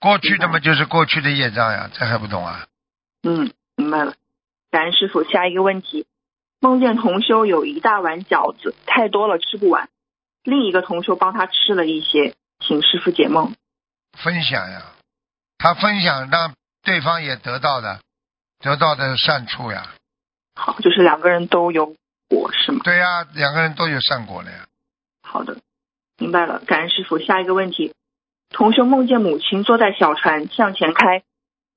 [SPEAKER 1] 过去的嘛，就是过去的业障呀，这还不懂啊？
[SPEAKER 4] 嗯，明白了。感恩师傅，下一个问题，梦见同修有一大碗饺子，太多了吃不完，另一个同修帮他吃了一些，请师傅解梦。
[SPEAKER 1] 分享呀，他分享让对方也得到的，得到的善处呀。
[SPEAKER 4] 好，就是两个人都有果是吗？
[SPEAKER 1] 对呀，两个人都有善果了呀。
[SPEAKER 4] 好的，明白了。感恩师傅。下一个问题，同修梦见母亲坐在小船向前开，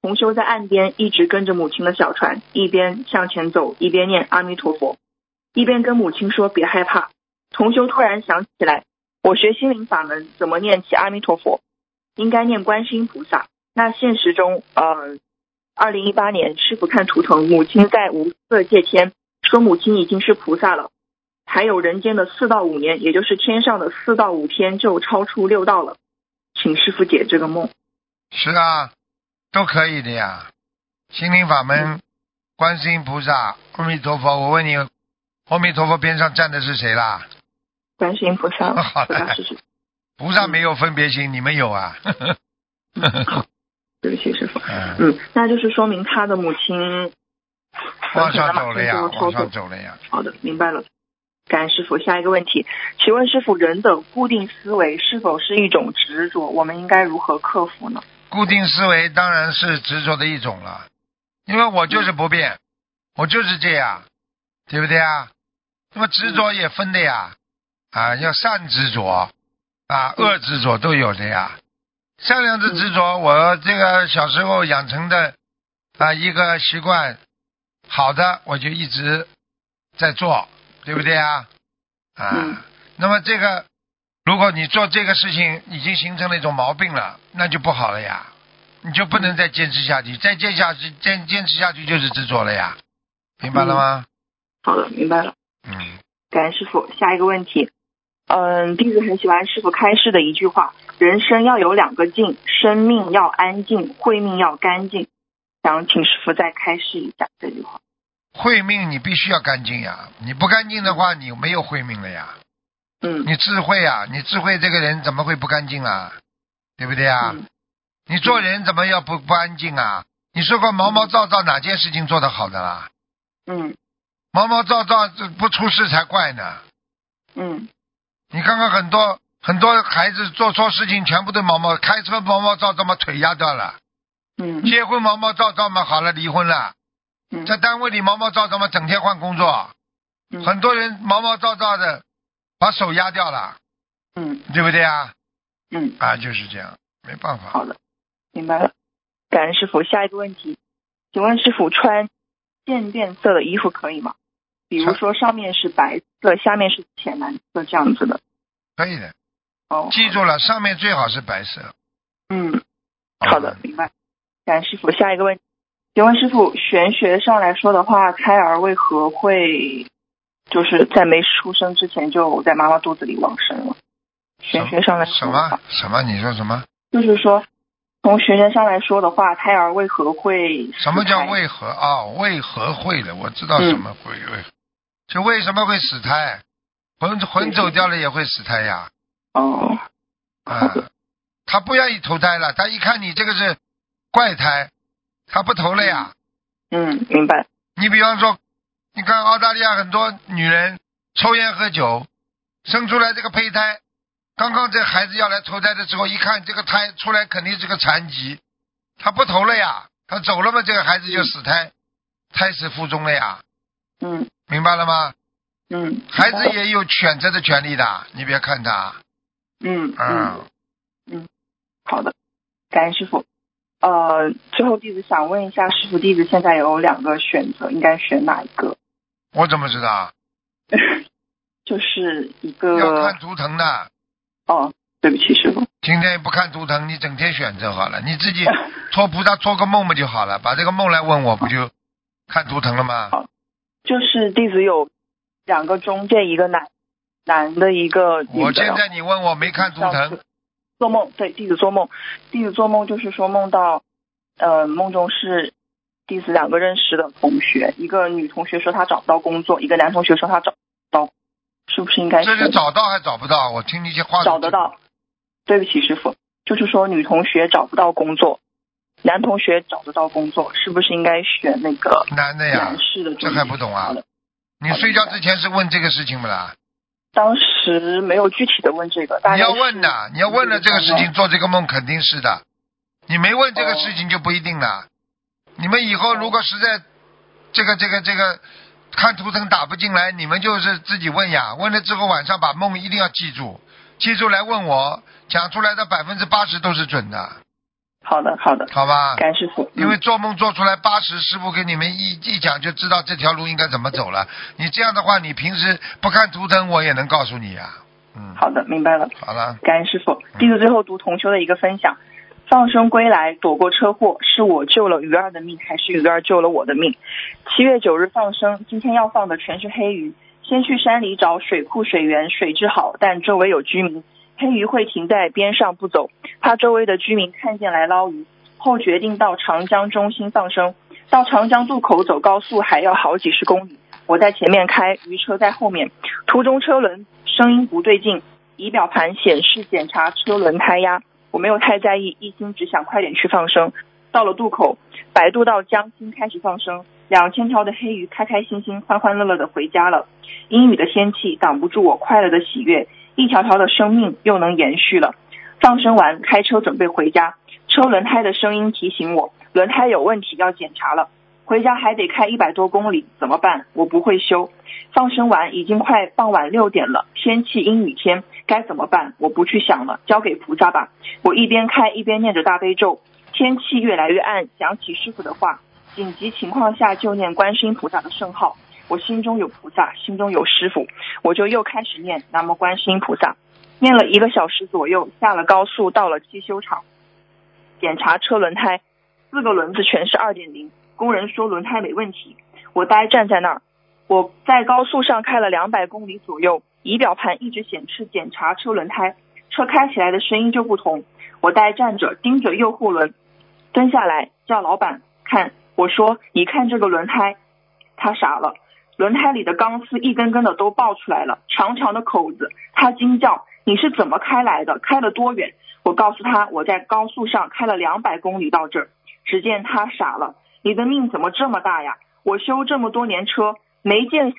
[SPEAKER 4] 同修在岸边一直跟着母亲的小船，一边向前走，一边念阿弥陀佛，一边跟母亲说别害怕。同修突然想起来，我学心灵法门怎么念起阿弥陀佛？应该念观世音菩萨。那现实中，呃，二零一八年师傅看图腾，母亲在无色界天，说母亲已经是菩萨了。还有人间的四到五年，也就是天上的四到五天就超出六道了。请师傅解这个梦。
[SPEAKER 1] 是啊，都可以的呀。心灵法门，观世音菩萨、阿弥陀佛，我问你，阿弥陀佛边上站的是谁啦？
[SPEAKER 4] 观世音菩 萨
[SPEAKER 1] 好，
[SPEAKER 4] 菩
[SPEAKER 1] 的
[SPEAKER 4] 萨是谁？
[SPEAKER 1] 菩萨没有分别心，你们有啊？
[SPEAKER 4] 对不起，师傅。
[SPEAKER 1] 嗯，
[SPEAKER 4] 嗯，那就是说明他的母亲
[SPEAKER 1] 往上走了呀，
[SPEAKER 4] 完全
[SPEAKER 1] 往上
[SPEAKER 4] 的马上就要超出
[SPEAKER 1] 走了呀。
[SPEAKER 4] 好的，明白了。感恩师傅。下一个问题，请问师傅，人的固定思维是否是一种执着？我们应该如何克服呢？
[SPEAKER 1] 固定思维当然是执着的一种了，因为我就是不变，我就是这样，对不对啊？那么执着也分的呀，啊，要善执着，啊，恶执着都有的呀。善良的执着，我这个小时候养成的啊一个习惯，好的我就一直在做，对不对啊？啊，
[SPEAKER 4] 嗯
[SPEAKER 1] 那么这个如果你做这个事情已经形成了一种毛病了，那就不好了呀，你就不能再坚持下去，再坚持下去，坚坚持下去就是执着了呀，明白了吗？
[SPEAKER 4] 好的，明白了。
[SPEAKER 1] 嗯，
[SPEAKER 4] 感恩师傅。下一个问题，嗯，弟子很喜欢师傅开示的一句话：人生要有两个境，生命要安静，慧命要干净。想请师傅再开示一下这句话。
[SPEAKER 1] 慧命你必须要干净呀，你不干净的话，你没有慧命了呀，
[SPEAKER 4] 嗯
[SPEAKER 1] 你智慧呀，你智慧这个人怎么会不干净啊？对不对啊？
[SPEAKER 4] 嗯
[SPEAKER 1] 你做人怎么要不不安静啊？你说过毛毛躁躁哪件事情做得好的啦？
[SPEAKER 4] 嗯
[SPEAKER 1] 毛毛躁躁这不出事才怪呢。
[SPEAKER 4] 嗯
[SPEAKER 1] 你看看很多很多孩子做错事情，全部都毛毛，开车毛毛躁躁嘛，腿压断了；
[SPEAKER 4] 嗯
[SPEAKER 1] 结婚毛毛躁躁嘛，好了离婚了；
[SPEAKER 4] 嗯
[SPEAKER 1] 在单位里毛毛躁躁嘛，整天换工作。
[SPEAKER 4] 嗯
[SPEAKER 1] 很多人毛毛躁躁的，把手压掉了，
[SPEAKER 4] 嗯
[SPEAKER 1] 对不对啊？
[SPEAKER 4] 嗯，
[SPEAKER 1] 啊，就是这样，没办法
[SPEAKER 4] 好。的，明白了。感恩师傅。下一个问题，请问师傅穿渐变色的衣服可以吗？比如说上面是白色，下面是浅蓝色这样子的。
[SPEAKER 1] 可以的，
[SPEAKER 4] 哦，
[SPEAKER 1] 记住了，上面最好是白色。
[SPEAKER 4] 嗯，好的，明白。感恩师傅，下一个问题，请问师傅，玄学上来说的话，胎儿为何会就是在没出生之前就在妈妈肚子里往生了？玄学上来
[SPEAKER 1] 什
[SPEAKER 4] 说的
[SPEAKER 1] 么
[SPEAKER 4] 话，
[SPEAKER 1] 什么？你说什么？
[SPEAKER 4] 就是说，从玄学上来说的话，胎儿为何会死
[SPEAKER 1] 什么叫
[SPEAKER 4] 胎？
[SPEAKER 1] 为何啊、为何会了？我知道什么会为，就为什么会死胎？魂魂走掉了也会死胎呀！
[SPEAKER 4] 哦，
[SPEAKER 1] 啊、
[SPEAKER 4] 好的
[SPEAKER 1] 他不愿意投胎了，他一看你这个是怪胎，他不投了呀。
[SPEAKER 4] 嗯，明白。
[SPEAKER 1] 你比方说，你看澳大利亚很多女人抽烟喝酒，生出来这个胚胎，刚刚这孩子要来投胎的时候，一看这个胎出来肯定是个残疾，他不投了呀，他走了嘛，这个孩子就死胎，胎死腹中了呀。
[SPEAKER 4] 嗯
[SPEAKER 1] 明白了吗？
[SPEAKER 4] 嗯，
[SPEAKER 1] 孩
[SPEAKER 4] 好
[SPEAKER 1] 子
[SPEAKER 4] 的
[SPEAKER 1] 也有选择的权利的，你别看他，
[SPEAKER 4] 嗯嗯
[SPEAKER 1] 嗯，
[SPEAKER 4] 好的，感恩师傅。呃，最后弟子想问一下师傅，弟子现在有两个选择，应该选哪一个？
[SPEAKER 1] 我怎么知道？
[SPEAKER 4] 就是一个
[SPEAKER 1] 要看图腾的。
[SPEAKER 4] 哦，对不起，师傅。
[SPEAKER 1] 今天不看图腾，你整天选择好了，你自己托菩萨做个梦不就好了？把这个梦来问我，不就看图腾了吗？
[SPEAKER 4] 就是弟子有两个中介，一个男男的，一个女的。
[SPEAKER 1] 我现在你问我没看图
[SPEAKER 4] 上
[SPEAKER 1] 腾
[SPEAKER 4] 次，做梦，对弟子做梦，弟子做梦就是说梦到，呃，梦中是弟子两个认识的同学，一个女同学说她找不到工作，一个男同学说他找不到，是不是应该
[SPEAKER 1] 这
[SPEAKER 4] 是
[SPEAKER 1] 是找到还找不到？我听你这话
[SPEAKER 4] 哎找得到？对不起，师傅，就是说女同学找不到工作，男同学找得到工作，是不是应该选那个
[SPEAKER 1] 男的呀
[SPEAKER 4] 男，士的中介？
[SPEAKER 1] 这还不懂啊
[SPEAKER 4] 好的？
[SPEAKER 1] 你睡觉之前是问这个事情不啦？
[SPEAKER 4] 当时没有具体的问这个，大概
[SPEAKER 1] 你要
[SPEAKER 4] 是
[SPEAKER 1] 问的，你要问了这个事情，做这个梦肯定是的。你没问这个
[SPEAKER 4] 哦
[SPEAKER 1] 事情就不一定了。你们以后如果实在这个这个这个看图腾打不进来，你们就是自己问呀。问了之后晚上把梦一定要记住，记住来问我，讲出来的百分之八十都是准的，
[SPEAKER 4] 好的，好的，
[SPEAKER 1] 好吧？
[SPEAKER 4] 感恩师傅。
[SPEAKER 1] 啊因为
[SPEAKER 4] 嗯
[SPEAKER 1] 做梦做出来八十，师傅给你们一一讲就知道这条路应该怎么走了。你这样的话，你平时不看图腾，我也能告诉你呀、嗯，
[SPEAKER 4] 好的，明白了。
[SPEAKER 1] 好了，
[SPEAKER 4] 感恩师傅。弟子最后读同修的一个分享：放生归来，躲过车祸，是我救了鱼儿的命，还是鱼儿救了我的命？七月九日放生，今天要放的全是黑鱼。先去山里找水库水源，水质好，但周围有居民，黑鱼会停在边上不走，怕周围的居民看见来捞鱼。后决定到长江中心放生，到长江渡口走高速还要好几十公里。我在前面开，鱼车在后面，途中车轮声音不对劲，仪表盘显示检查车轮胎压，我没有太在意，一心只想快点去放生。到了渡口，摆渡到江心开始放生，两千条的黑鱼开开心心、欢欢乐乐的回家了。阴雨的天气挡不住我快乐的喜悦，一条条的生命又能延续了。放生完，开车准备回家，车轮胎的声音提醒我轮胎有问题要检查了。回家还得开一百多公里，怎么办？我不会修。放生完已经快傍晚六点了，天气阴雨天，该怎么办？我不去想了，交给菩萨吧。我一边开一边念着大悲咒。天气越来越暗，想起师傅的话，紧急情况下就念观世音菩萨的圣号。我心中有菩萨，心中有师傅，我就又开始念南无观世音菩萨。念了一个小时左右，下了高速，到了汽修厂，检查车轮胎，四个轮子全是二点零。工人说轮胎没问题，我呆站在那儿。我在高速上开了两百公里左右，仪表盘一直显示检查车轮胎，车开起来的声音就不同。我呆站着，盯着右后轮，蹲下来叫老板看。我说：“你看这个轮胎。”他傻了，轮胎里的钢丝一根根的都爆出来了，长长的口子。他惊叫：“你是怎么开来的？开了多远？”我告诉他，我在高速上开了两百公里到这儿。只见他傻了，你的命怎么这么大呀？我修这么多年车，没见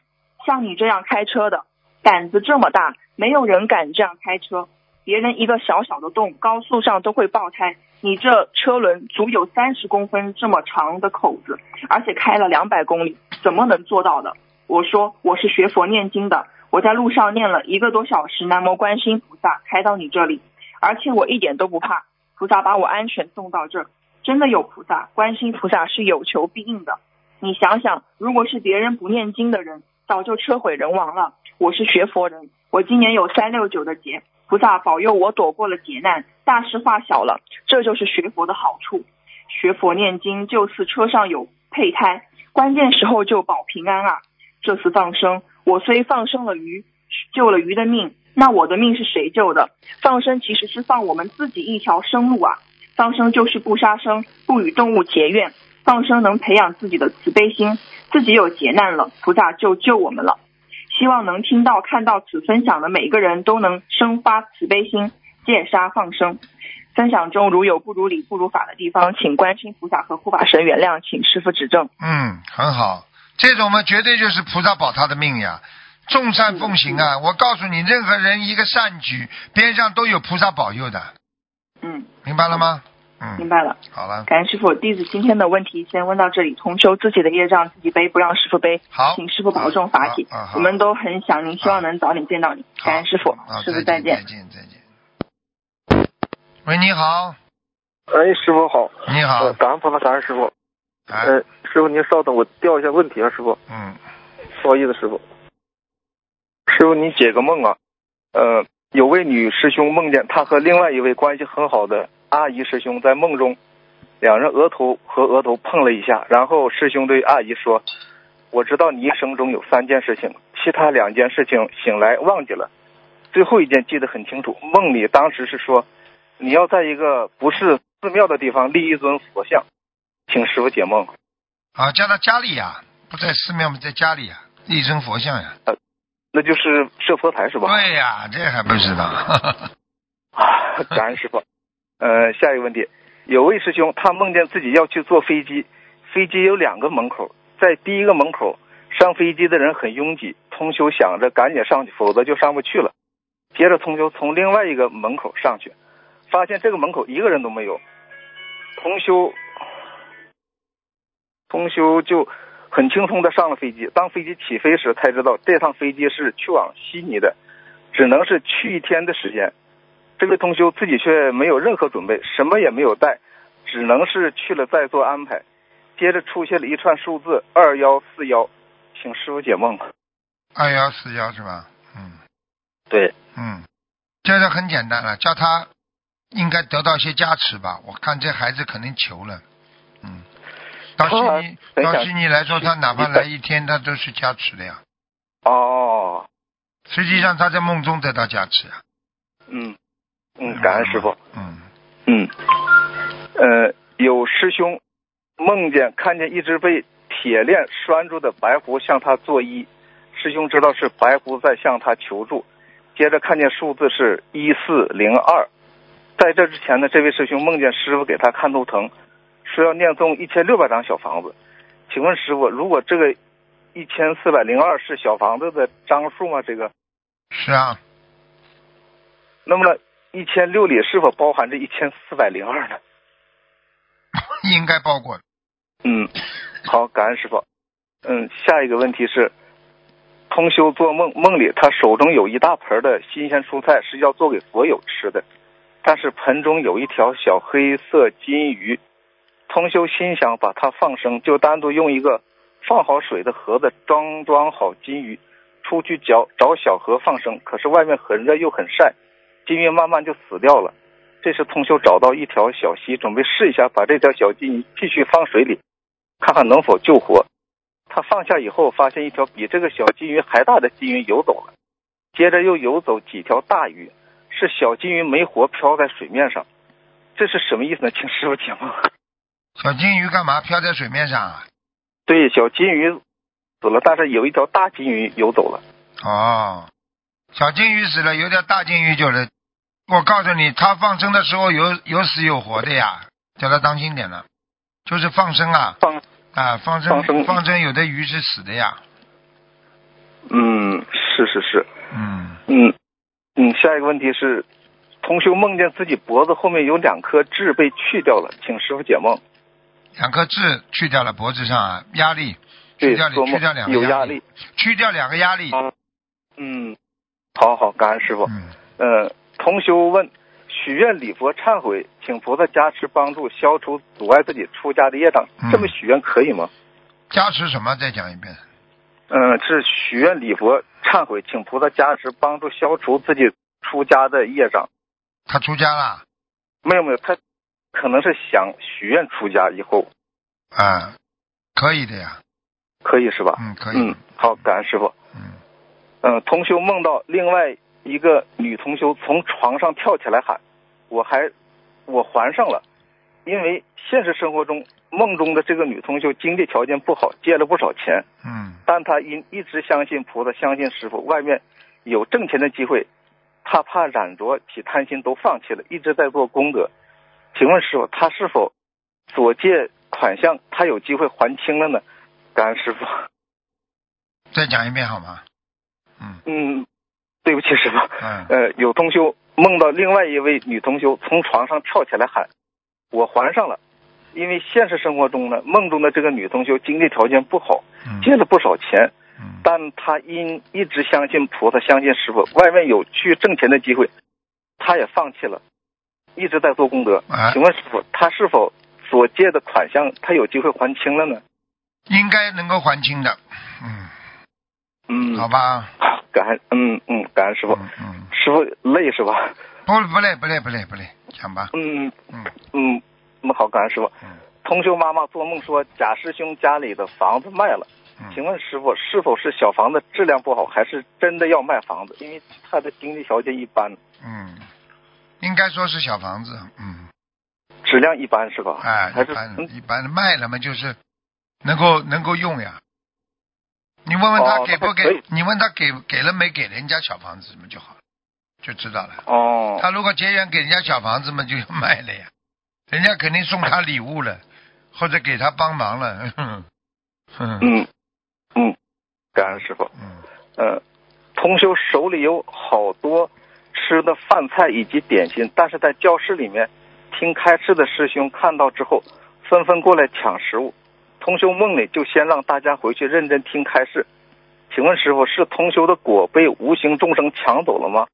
[SPEAKER 4] 像你这样开车的，胆子这么大，没有人敢这样开车。别人一个小小的洞，高速上都会爆胎，你这车轮足有三十公分这么长的口子，而且开了两百公里，怎么能做到的？我说我是学佛念经的，我在路上念了一个多小时南无观世音菩萨，开到你这里，而且我一点都不怕，菩萨把我安全送到这儿，真的有菩萨，观世音菩萨是有求必应的。你想想，如果是别人不念经的人，早就车毁人亡了。我是学佛人，我今年有三六九的劫，菩萨保佑我躲过了劫难，大事化小了。这就是学佛的好处。学佛念经就似车上有备胎，关键时候就保平安啊！这次放生，我虽放生了鱼，救了鱼的命，那我的命是谁救的？放生其实是放我们自己一条生路啊！放生就是不杀生，不与动物结怨。放生能培养自己的慈悲心，自己有劫难了，菩萨就救我们了。希望能听到、看到此分享的每个人都能生发慈悲心，戒杀放生。分享中如有不如理、不如法的地方，请观世音菩萨和护法神原谅，请师傅指正。
[SPEAKER 1] 嗯，很好，这种嘛，绝对就是菩萨保他的命呀，众善奉行啊！我告诉你，任何人一个善举，边上都有菩萨保佑的，
[SPEAKER 4] 嗯，
[SPEAKER 1] 明白了吗？
[SPEAKER 4] 明
[SPEAKER 1] 嗯，
[SPEAKER 4] 白了。
[SPEAKER 1] 好了，
[SPEAKER 4] 感恩师傅，弟子今天的问题先问到这里。同修自己的业障自己背，不让师傅背。
[SPEAKER 1] 好
[SPEAKER 4] 请师傅保重法体
[SPEAKER 1] 啊啊好。
[SPEAKER 4] 我们都很想您，希望能早点见到你。
[SPEAKER 1] 好
[SPEAKER 4] 感恩师傅
[SPEAKER 1] 好，，
[SPEAKER 4] 师傅
[SPEAKER 1] 再
[SPEAKER 4] 再
[SPEAKER 1] 见，再
[SPEAKER 4] 见。
[SPEAKER 1] 见，再见。喂，你好，
[SPEAKER 5] 哎，师傅好，
[SPEAKER 1] 你
[SPEAKER 5] 呃，
[SPEAKER 1] 好，
[SPEAKER 5] 感恩菩萨，感恩师傅。
[SPEAKER 1] 哎，
[SPEAKER 5] 呃，啊师傅您稍等，我调一下问题啊，师傅，
[SPEAKER 1] 嗯，
[SPEAKER 5] 不好意思，师傅。师傅，你解个梦啊。呃，有位女师兄梦见她和另外一位关系很好的阿姨师兄在梦中，两人额头和额头碰了一下，然后师兄对阿姨说：“我知道你一生中有三件事情，其他两件事情醒来忘记了，最后一件记得很清楚。梦里当时是说，你要在一个不是寺庙的地方立一尊佛像，请师傅解梦。
[SPEAKER 1] 啊，叫他家里呀、不在寺庙，在家里呀、一尊佛像呀、
[SPEAKER 5] 那就是设佛台是吧？
[SPEAKER 1] 对呀、这还不知道。
[SPEAKER 5] 啊， 感恩师傅。呃，下一个问题，有位师兄他梦见自己要去坐飞机，飞机有两个门口，在第一个门口上飞机的人很拥挤，通修想着赶紧上去，否则就上不去了。接着通修从另外一个门口上去，发现这个门口一个人都没有，通修通修就很轻松的上了飞机。当飞机起飞时，才知道这趟飞机是去往悉尼的，只能是去一天的时间。这位同修自己却没有任何准备，什么也没有带，只能是去了再做安排。接着出现了一串数字二幺四幺，请师傅解梦。
[SPEAKER 1] 二幺四幺是吧？嗯
[SPEAKER 5] 对，
[SPEAKER 1] 嗯，这个很简单了，啊叫他应该得到一些加持吧。我看这孩子肯定求了，嗯，到悉尼
[SPEAKER 5] 他
[SPEAKER 1] 到
[SPEAKER 5] 很想
[SPEAKER 1] 悉尼来说，
[SPEAKER 5] 去
[SPEAKER 1] 他哪怕
[SPEAKER 5] 一
[SPEAKER 1] 来
[SPEAKER 5] 百
[SPEAKER 1] 一天，他都是加持的呀。
[SPEAKER 5] 哦，
[SPEAKER 1] 实际上他在梦中得到加持呀。
[SPEAKER 5] 嗯嗯，感恩师傅。。
[SPEAKER 1] 嗯，
[SPEAKER 5] 嗯，呃，有师兄梦见看见一只被铁链拴住的白狐向他作揖，师兄知道是白狐在向他求助。接着看见数字是一四零二，在这之前呢，这位师兄梦见师傅给他看图腾，说要念诵一千六百张小房子。请问师傅，如果这个一千四百零二是小房子的张数吗？这个，
[SPEAKER 1] 是啊，
[SPEAKER 5] 那么一千六里是否包含这一千四百零二呢？
[SPEAKER 1] 应该报过的。
[SPEAKER 5] 嗯，好，感恩师傅。嗯，下一个问题是，通修做梦，梦里他手中有一大盆的新鲜蔬菜是要做给佛友吃的，但是盆中有一条小黑色金鱼，通修心想把它放生，就单独用一个放好水的盒子装装好金鱼，出去找找小河放生。可是外面很热又很晒，金鱼慢慢就死掉了。这时通修找到一条小溪，准备试一下把这条小金鱼继续放水里，看看能否救活。他放下以后，发现一条比这个小金鱼还大的金鱼游走了，接着又游走几条大鱼，是小金鱼没活，漂在水面上。这是什么意思呢？请师傅解梦。
[SPEAKER 1] 小金鱼干嘛漂在水面上啊？
[SPEAKER 5] 对，小金鱼死了，但是有一条大金鱼游走了。
[SPEAKER 1] 哦，小金鱼死了，有点大金鱼就来。我告诉你，它放生的时候有有死有活的呀，叫它当心点了。就是放生啊
[SPEAKER 5] 放，
[SPEAKER 1] 啊，放生
[SPEAKER 5] 放生
[SPEAKER 1] 有的鱼是死的呀。
[SPEAKER 5] 嗯，是是是，
[SPEAKER 1] 嗯，
[SPEAKER 5] 嗯嗯，下一个问题是，同修梦见自己脖子后面有两颗痣被去掉了，请师傅解梦。
[SPEAKER 1] 两颗痣去掉了，脖子上啊，压力去
[SPEAKER 5] 对，
[SPEAKER 1] 掉
[SPEAKER 5] 做
[SPEAKER 1] 两去
[SPEAKER 5] 梦
[SPEAKER 1] 掉两
[SPEAKER 5] 有
[SPEAKER 1] 个
[SPEAKER 5] 压
[SPEAKER 1] 力，，去掉两个压力。
[SPEAKER 5] 啊嗯，好好，感恩师傅。
[SPEAKER 1] 嗯，
[SPEAKER 5] 呃，同修问，许愿礼佛忏悔，请菩萨加持帮助，消除阻碍自己出家的业障
[SPEAKER 1] 嗯，
[SPEAKER 5] 这么许愿可以吗？
[SPEAKER 1] 加持什么？再讲一遍。
[SPEAKER 5] 嗯、是许愿礼佛忏悔，请菩萨加持帮助，消除自己出家的业障。
[SPEAKER 1] 他出家了
[SPEAKER 5] 没有没有，他可能是想许愿出家以后
[SPEAKER 1] 啊，可以的呀。
[SPEAKER 5] 可以是吧？
[SPEAKER 1] 嗯，可以。
[SPEAKER 5] 嗯，好，感恩师傅。
[SPEAKER 1] 嗯
[SPEAKER 5] 嗯，同修梦到另外一个女同修从床上跳起来喊：“我还，我还上了。”因为现实生活中，梦中的这个女同修经济条件不好，借了不少钱，
[SPEAKER 1] 嗯
[SPEAKER 5] 但她因一直相信菩萨，相信师傅，外面有挣钱的机会，她怕染着起贪心，都放弃了，一直在做功德。请问师傅，她是否所借款项，她有机会还清了呢？感恩师傅。
[SPEAKER 1] 再讲一遍好吗？嗯
[SPEAKER 5] 嗯，对不起，师傅。
[SPEAKER 1] 嗯
[SPEAKER 5] 呃，有同修梦到另外一位女同修从床上跳起来喊：“我还上了。”因为现实生活中呢，梦中的这个女同修经济条件不好，
[SPEAKER 1] 嗯
[SPEAKER 5] 借了不少钱，
[SPEAKER 1] 嗯
[SPEAKER 5] 但她因一直相信菩萨，相信师傅，外面有去挣钱的机会，她也放弃了，一直在做功德。
[SPEAKER 1] 啊
[SPEAKER 5] 请，问师傅，她是否所借的款项，她有机会还清了呢？
[SPEAKER 1] 应该能够还清的。嗯，
[SPEAKER 5] 嗯，
[SPEAKER 1] 好吧，
[SPEAKER 5] 好，感恩，嗯嗯，感恩师傅。
[SPEAKER 1] 嗯嗯，
[SPEAKER 5] 师傅累是吧？
[SPEAKER 1] 不不累不累不累不累，讲吧。
[SPEAKER 5] 嗯
[SPEAKER 1] 嗯
[SPEAKER 5] 嗯，那么好，感恩师傅
[SPEAKER 1] 嗯。
[SPEAKER 5] 同修妈妈做梦说贾师兄家里的房子卖了，请
[SPEAKER 1] 嗯，
[SPEAKER 5] 问师傅是否是小房子质量不好，还是真的要卖房子？因为他的经济条件一般，
[SPEAKER 1] 嗯，应该说是小房子，嗯，
[SPEAKER 5] 质量一般是吧？
[SPEAKER 1] 哎，
[SPEAKER 5] 还
[SPEAKER 1] 一
[SPEAKER 5] 是
[SPEAKER 1] 般
[SPEAKER 5] 嗯
[SPEAKER 1] 一般卖了嘛，就是能够能够用呀。你问问他
[SPEAKER 5] 哦
[SPEAKER 1] 给不
[SPEAKER 5] 那还可
[SPEAKER 1] 给
[SPEAKER 5] 以？
[SPEAKER 1] 你问他给给了没给人家小房子嘛就好了，就知道了。
[SPEAKER 5] 哦
[SPEAKER 1] 他如果结缘给人家小房子嘛，就要卖了呀， 人家肯定送他礼物了，或者给他帮忙了。 哼哼
[SPEAKER 5] 嗯嗯，感恩师傅。
[SPEAKER 1] 嗯
[SPEAKER 5] 呃，同修手里有好多吃的饭菜以及点心，但是在教室里面听开示的师兄看到之后，纷纷过来抢食物。同修梦里就先让大家回去认真听开示。请问师傅，是同修的果被无形众生抢走了吗？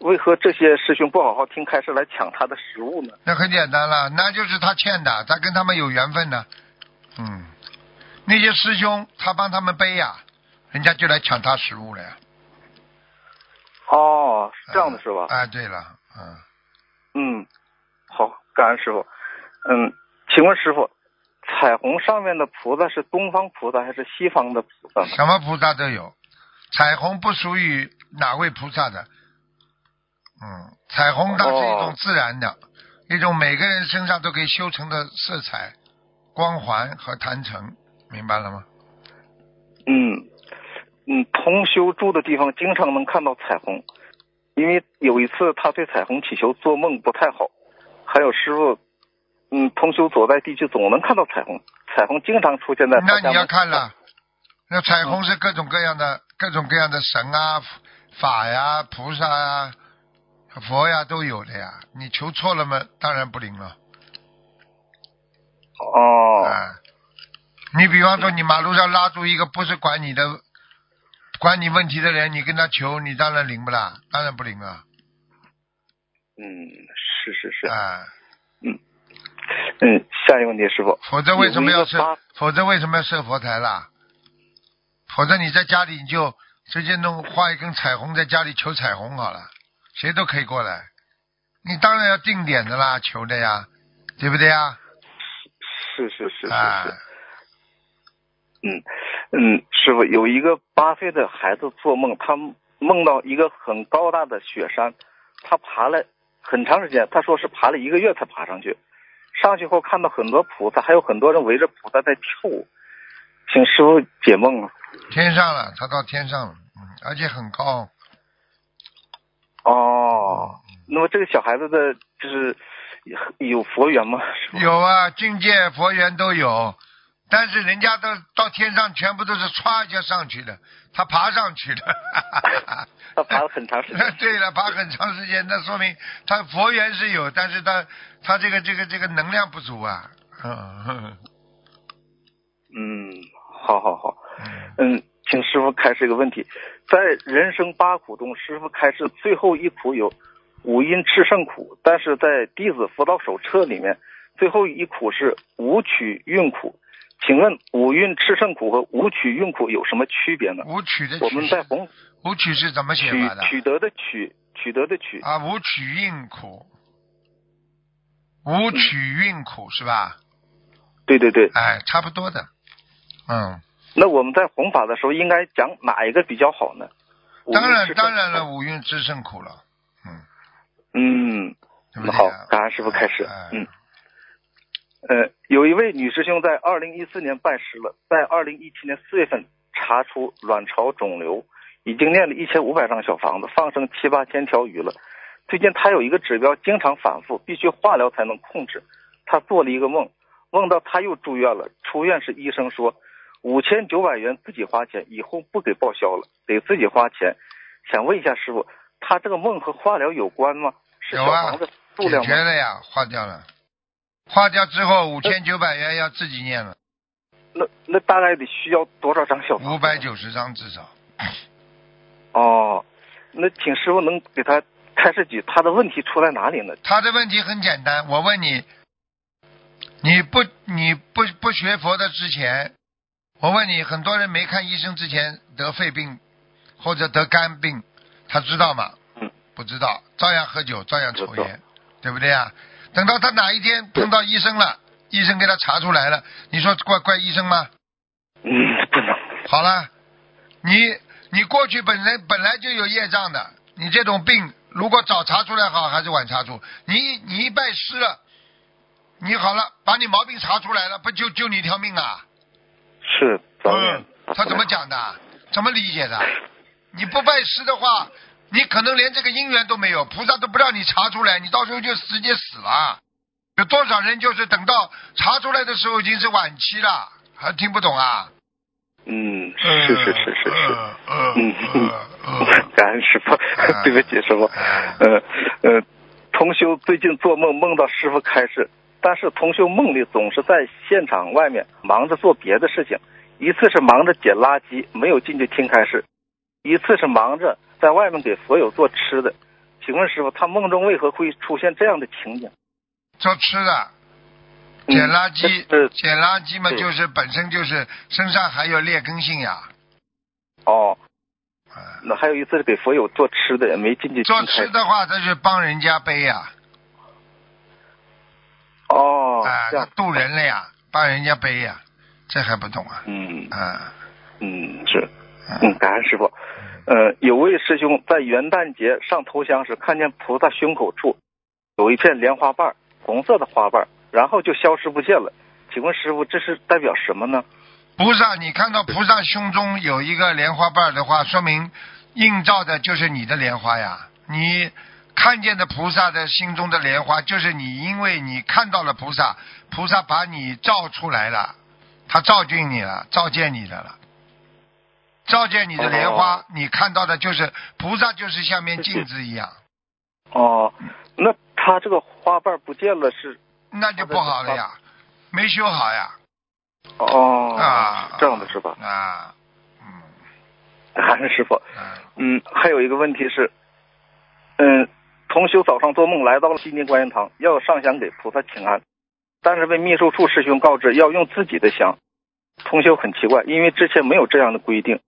[SPEAKER 5] 为何这些师兄不好好听开示来抢他的食物呢？
[SPEAKER 1] 那很简单了，那就是他欠的，他跟他们有缘分呢。嗯，那些师兄他帮他们背呀，人家就来抢他食物了呀。
[SPEAKER 5] 哦，是这样的是吧？
[SPEAKER 1] 哎，对了，嗯，
[SPEAKER 5] 嗯，好，感恩师傅。嗯，请问师傅，彩虹上面的菩萨是东方菩萨还是西方的菩萨呢？
[SPEAKER 1] 什么菩萨都有，彩虹不属于哪位菩萨的。嗯，彩虹它是一种
[SPEAKER 5] 哦
[SPEAKER 1] 自然的，一种每个人身上都可以修成的色彩、光环和坛城，明白了吗？
[SPEAKER 5] 嗯嗯，同修住的地方经常能看到彩虹，因为有一次他对彩虹祈求，做梦不太好，还有师傅，嗯，同修所在地区总能看到彩虹，彩虹经常出现在他
[SPEAKER 1] 那
[SPEAKER 5] 家
[SPEAKER 1] 你要
[SPEAKER 5] 门
[SPEAKER 1] 看
[SPEAKER 5] 口嗯
[SPEAKER 1] 了，那彩虹是各种各样的、各种各样的神啊、法呀、菩萨呀、佛呀都有的呀。你求错了嘛，当然不灵了。
[SPEAKER 5] 哦，
[SPEAKER 1] 啊，你比方说你马路上拉住一个不是管你的、管你问题的人，你跟他求，你当然灵不啦？当然不灵啊！
[SPEAKER 5] 嗯，是是是，
[SPEAKER 1] 啊，
[SPEAKER 5] 嗯，下一个问题，师傅，
[SPEAKER 1] 否则为什么要设
[SPEAKER 5] 有一个八？
[SPEAKER 1] 否则为什么要设佛台啦？否则你在家里你就直接弄画一根彩虹，在家里求彩虹好了，谁都可以过来。你当然要定点的啦，求的呀，对不对呀？
[SPEAKER 5] 是是是是
[SPEAKER 1] 啊
[SPEAKER 5] 是。，嗯，嗯，师傅，有一个八岁的孩子做梦，他梦到一个很高大的雪山，他爬了很长时间，他说是爬了一个月才爬上去。上去后看到很多菩萨，还有很多人围着菩萨在跳舞，请师傅解梦。啊
[SPEAKER 1] 天上了，他到天上了，嗯，而且很高。
[SPEAKER 5] 哦，那么这个小孩子的就是有佛缘吗？师傅
[SPEAKER 1] 有啊，境界佛缘都有，但是人家都到天上全部都是歘一下上去的，他爬上去的。
[SPEAKER 5] 他爬了很长时 间。
[SPEAKER 1] 对了，爬很长时间，那说明他佛缘是有，但是他他这个这个这个能量不足啊。嗯，
[SPEAKER 5] 嗯，好好好。嗯，请师傅开示一个问题，在人生八苦中，师傅开示最后一苦有五阴炽盛苦，但是在弟子辅导手册里面，最后一苦是五曲运苦。请问五蕴炽盛苦和五曲运苦有什么区别呢？
[SPEAKER 1] 舞曲的
[SPEAKER 5] 我们
[SPEAKER 1] 曲
[SPEAKER 5] 在
[SPEAKER 1] 是，
[SPEAKER 5] 红
[SPEAKER 1] 舞曲是怎么写
[SPEAKER 5] 取
[SPEAKER 1] 法的？
[SPEAKER 5] 取得的取取得的取，
[SPEAKER 1] 啊，舞曲运苦，舞曲运苦是吧？
[SPEAKER 5] 对对对。
[SPEAKER 1] 哎，差不多的。嗯，
[SPEAKER 5] 那我们在弘法的时候应该讲哪一个比较好呢？五蕴
[SPEAKER 1] 当然
[SPEAKER 5] 炽盛苦
[SPEAKER 1] 当然了，。五蕴之胜苦了。嗯。
[SPEAKER 5] 嗯，
[SPEAKER 1] 对不对
[SPEAKER 5] 好
[SPEAKER 1] 啊
[SPEAKER 5] 感恩师傅开始
[SPEAKER 1] 哎
[SPEAKER 5] 嗯呃，有一位女师兄在二零一四年拜师了，在二零一七年四月份查出卵巢肿瘤，已经念了一千五百张小房子，放生七八千条鱼了。最近她有一个指标经常反复，必须化疗才能控制。她做了一个梦，梦到她又住院了，出院时医生说五千九百元自己花钱，以后不给报销了，得自己花钱。想问一下师傅，她这个梦和化疗有关吗？是
[SPEAKER 1] 有
[SPEAKER 5] 小
[SPEAKER 1] 啊
[SPEAKER 5] 房子数
[SPEAKER 1] 解
[SPEAKER 5] 量
[SPEAKER 1] 决
[SPEAKER 5] 吗？
[SPEAKER 1] 了呀，化掉了。化掉之后，五千九百元要自己念了，
[SPEAKER 5] 那那大概得需要多少张小房子呢？
[SPEAKER 1] 五百九十张至少。
[SPEAKER 5] 哦，那请师傅能给他开示几他的问题出在哪里呢？
[SPEAKER 1] 他的问题很简单，我问你，你不你不不学佛的之前，我问你，很多人没看医生之前得肺病或者得肝病，他知道吗？
[SPEAKER 5] 嗯。
[SPEAKER 1] 不知道，照样喝酒，照样抽
[SPEAKER 5] 不知道
[SPEAKER 1] 烟，对不对啊？等到他哪一天碰到医生了，医生给他查出来了，你说怪怪医生吗？
[SPEAKER 5] 嗯，不能，
[SPEAKER 1] 好了，你你过去本身本来就有业障的，你这种病如果早查出来好还是晚查出？你一你一拜师了，你好了，把你毛病查出来了，不就救你一条命啊？
[SPEAKER 5] 是早
[SPEAKER 1] 嗯
[SPEAKER 5] 点。，
[SPEAKER 1] 他怎么？讲的？怎么理解的？你不拜师的话，你可能连这个姻缘都没有，菩萨都不让你查出来，你到时候就直接死了。有多少人就是等到查出来的时候已经是晚期了，还听不懂啊？
[SPEAKER 5] 嗯，是是是是是。
[SPEAKER 1] 呃呃
[SPEAKER 5] 嗯嗯
[SPEAKER 1] 呃呃，
[SPEAKER 5] 感恩师傅
[SPEAKER 1] 啊，
[SPEAKER 5] 对不起师傅，
[SPEAKER 1] 嗯
[SPEAKER 5] 呃呃，同修最近做梦梦到师傅开示，但是同修梦里总是在现场外面忙着做别的事情，一次是忙着捡垃圾，没有进去听开示；一次是忙着在外面给佛友做吃的。请问师傅，他梦中为何会出现这样的情景？
[SPEAKER 1] 做吃的，
[SPEAKER 5] 嗯
[SPEAKER 1] 捡垃圾
[SPEAKER 5] 这是，
[SPEAKER 1] 捡垃圾嘛，
[SPEAKER 5] 嗯
[SPEAKER 1] 就是本身就是身上还有劣根性呀。
[SPEAKER 5] 哦，
[SPEAKER 1] 啊
[SPEAKER 5] 那还有一次是给佛友做吃的，也没进去听
[SPEAKER 1] 做
[SPEAKER 5] 开
[SPEAKER 1] 吃
[SPEAKER 5] 示。
[SPEAKER 1] 的话，这是帮人家背呀，
[SPEAKER 5] 哦，
[SPEAKER 1] 啊
[SPEAKER 5] 这样，，
[SPEAKER 1] 渡人了呀，帮人家背呀，这还不懂啊？
[SPEAKER 5] 嗯
[SPEAKER 1] 啊，
[SPEAKER 5] 嗯，是。
[SPEAKER 1] 啊
[SPEAKER 5] 嗯，感恩师傅。呃，有位师兄在元旦节上头香时，看见菩萨胸口处有一片莲花瓣儿，红色的花瓣儿，然后就消失不见了。请问师傅，这是代表什么呢？
[SPEAKER 1] 菩萨，你看到菩萨胸中有一个莲花瓣儿的话，说明映照的就是你的莲花呀。你看见的菩萨的心中的莲花，就是你，因为你看到了菩萨，菩萨把你照出来了，他照进你了，照见你的了。照见你的莲花，
[SPEAKER 5] 哦
[SPEAKER 1] 你看到的就是菩萨，就是像面镜子一样，
[SPEAKER 5] 哦，那他这个花瓣儿不见了是？
[SPEAKER 1] 那就不好了呀，没修好呀
[SPEAKER 5] 哦，
[SPEAKER 1] 啊
[SPEAKER 5] 是，这样的是吧？
[SPEAKER 1] 啊，嗯
[SPEAKER 5] 感恩师傅。
[SPEAKER 1] 啊，
[SPEAKER 5] 嗯，还有一个问题是，嗯，同修早上做梦来到了西宁观音堂，要上香给菩萨请安，但是被秘书处师兄告知要用自己的香。同修很奇怪，因为之前没有这样的规定。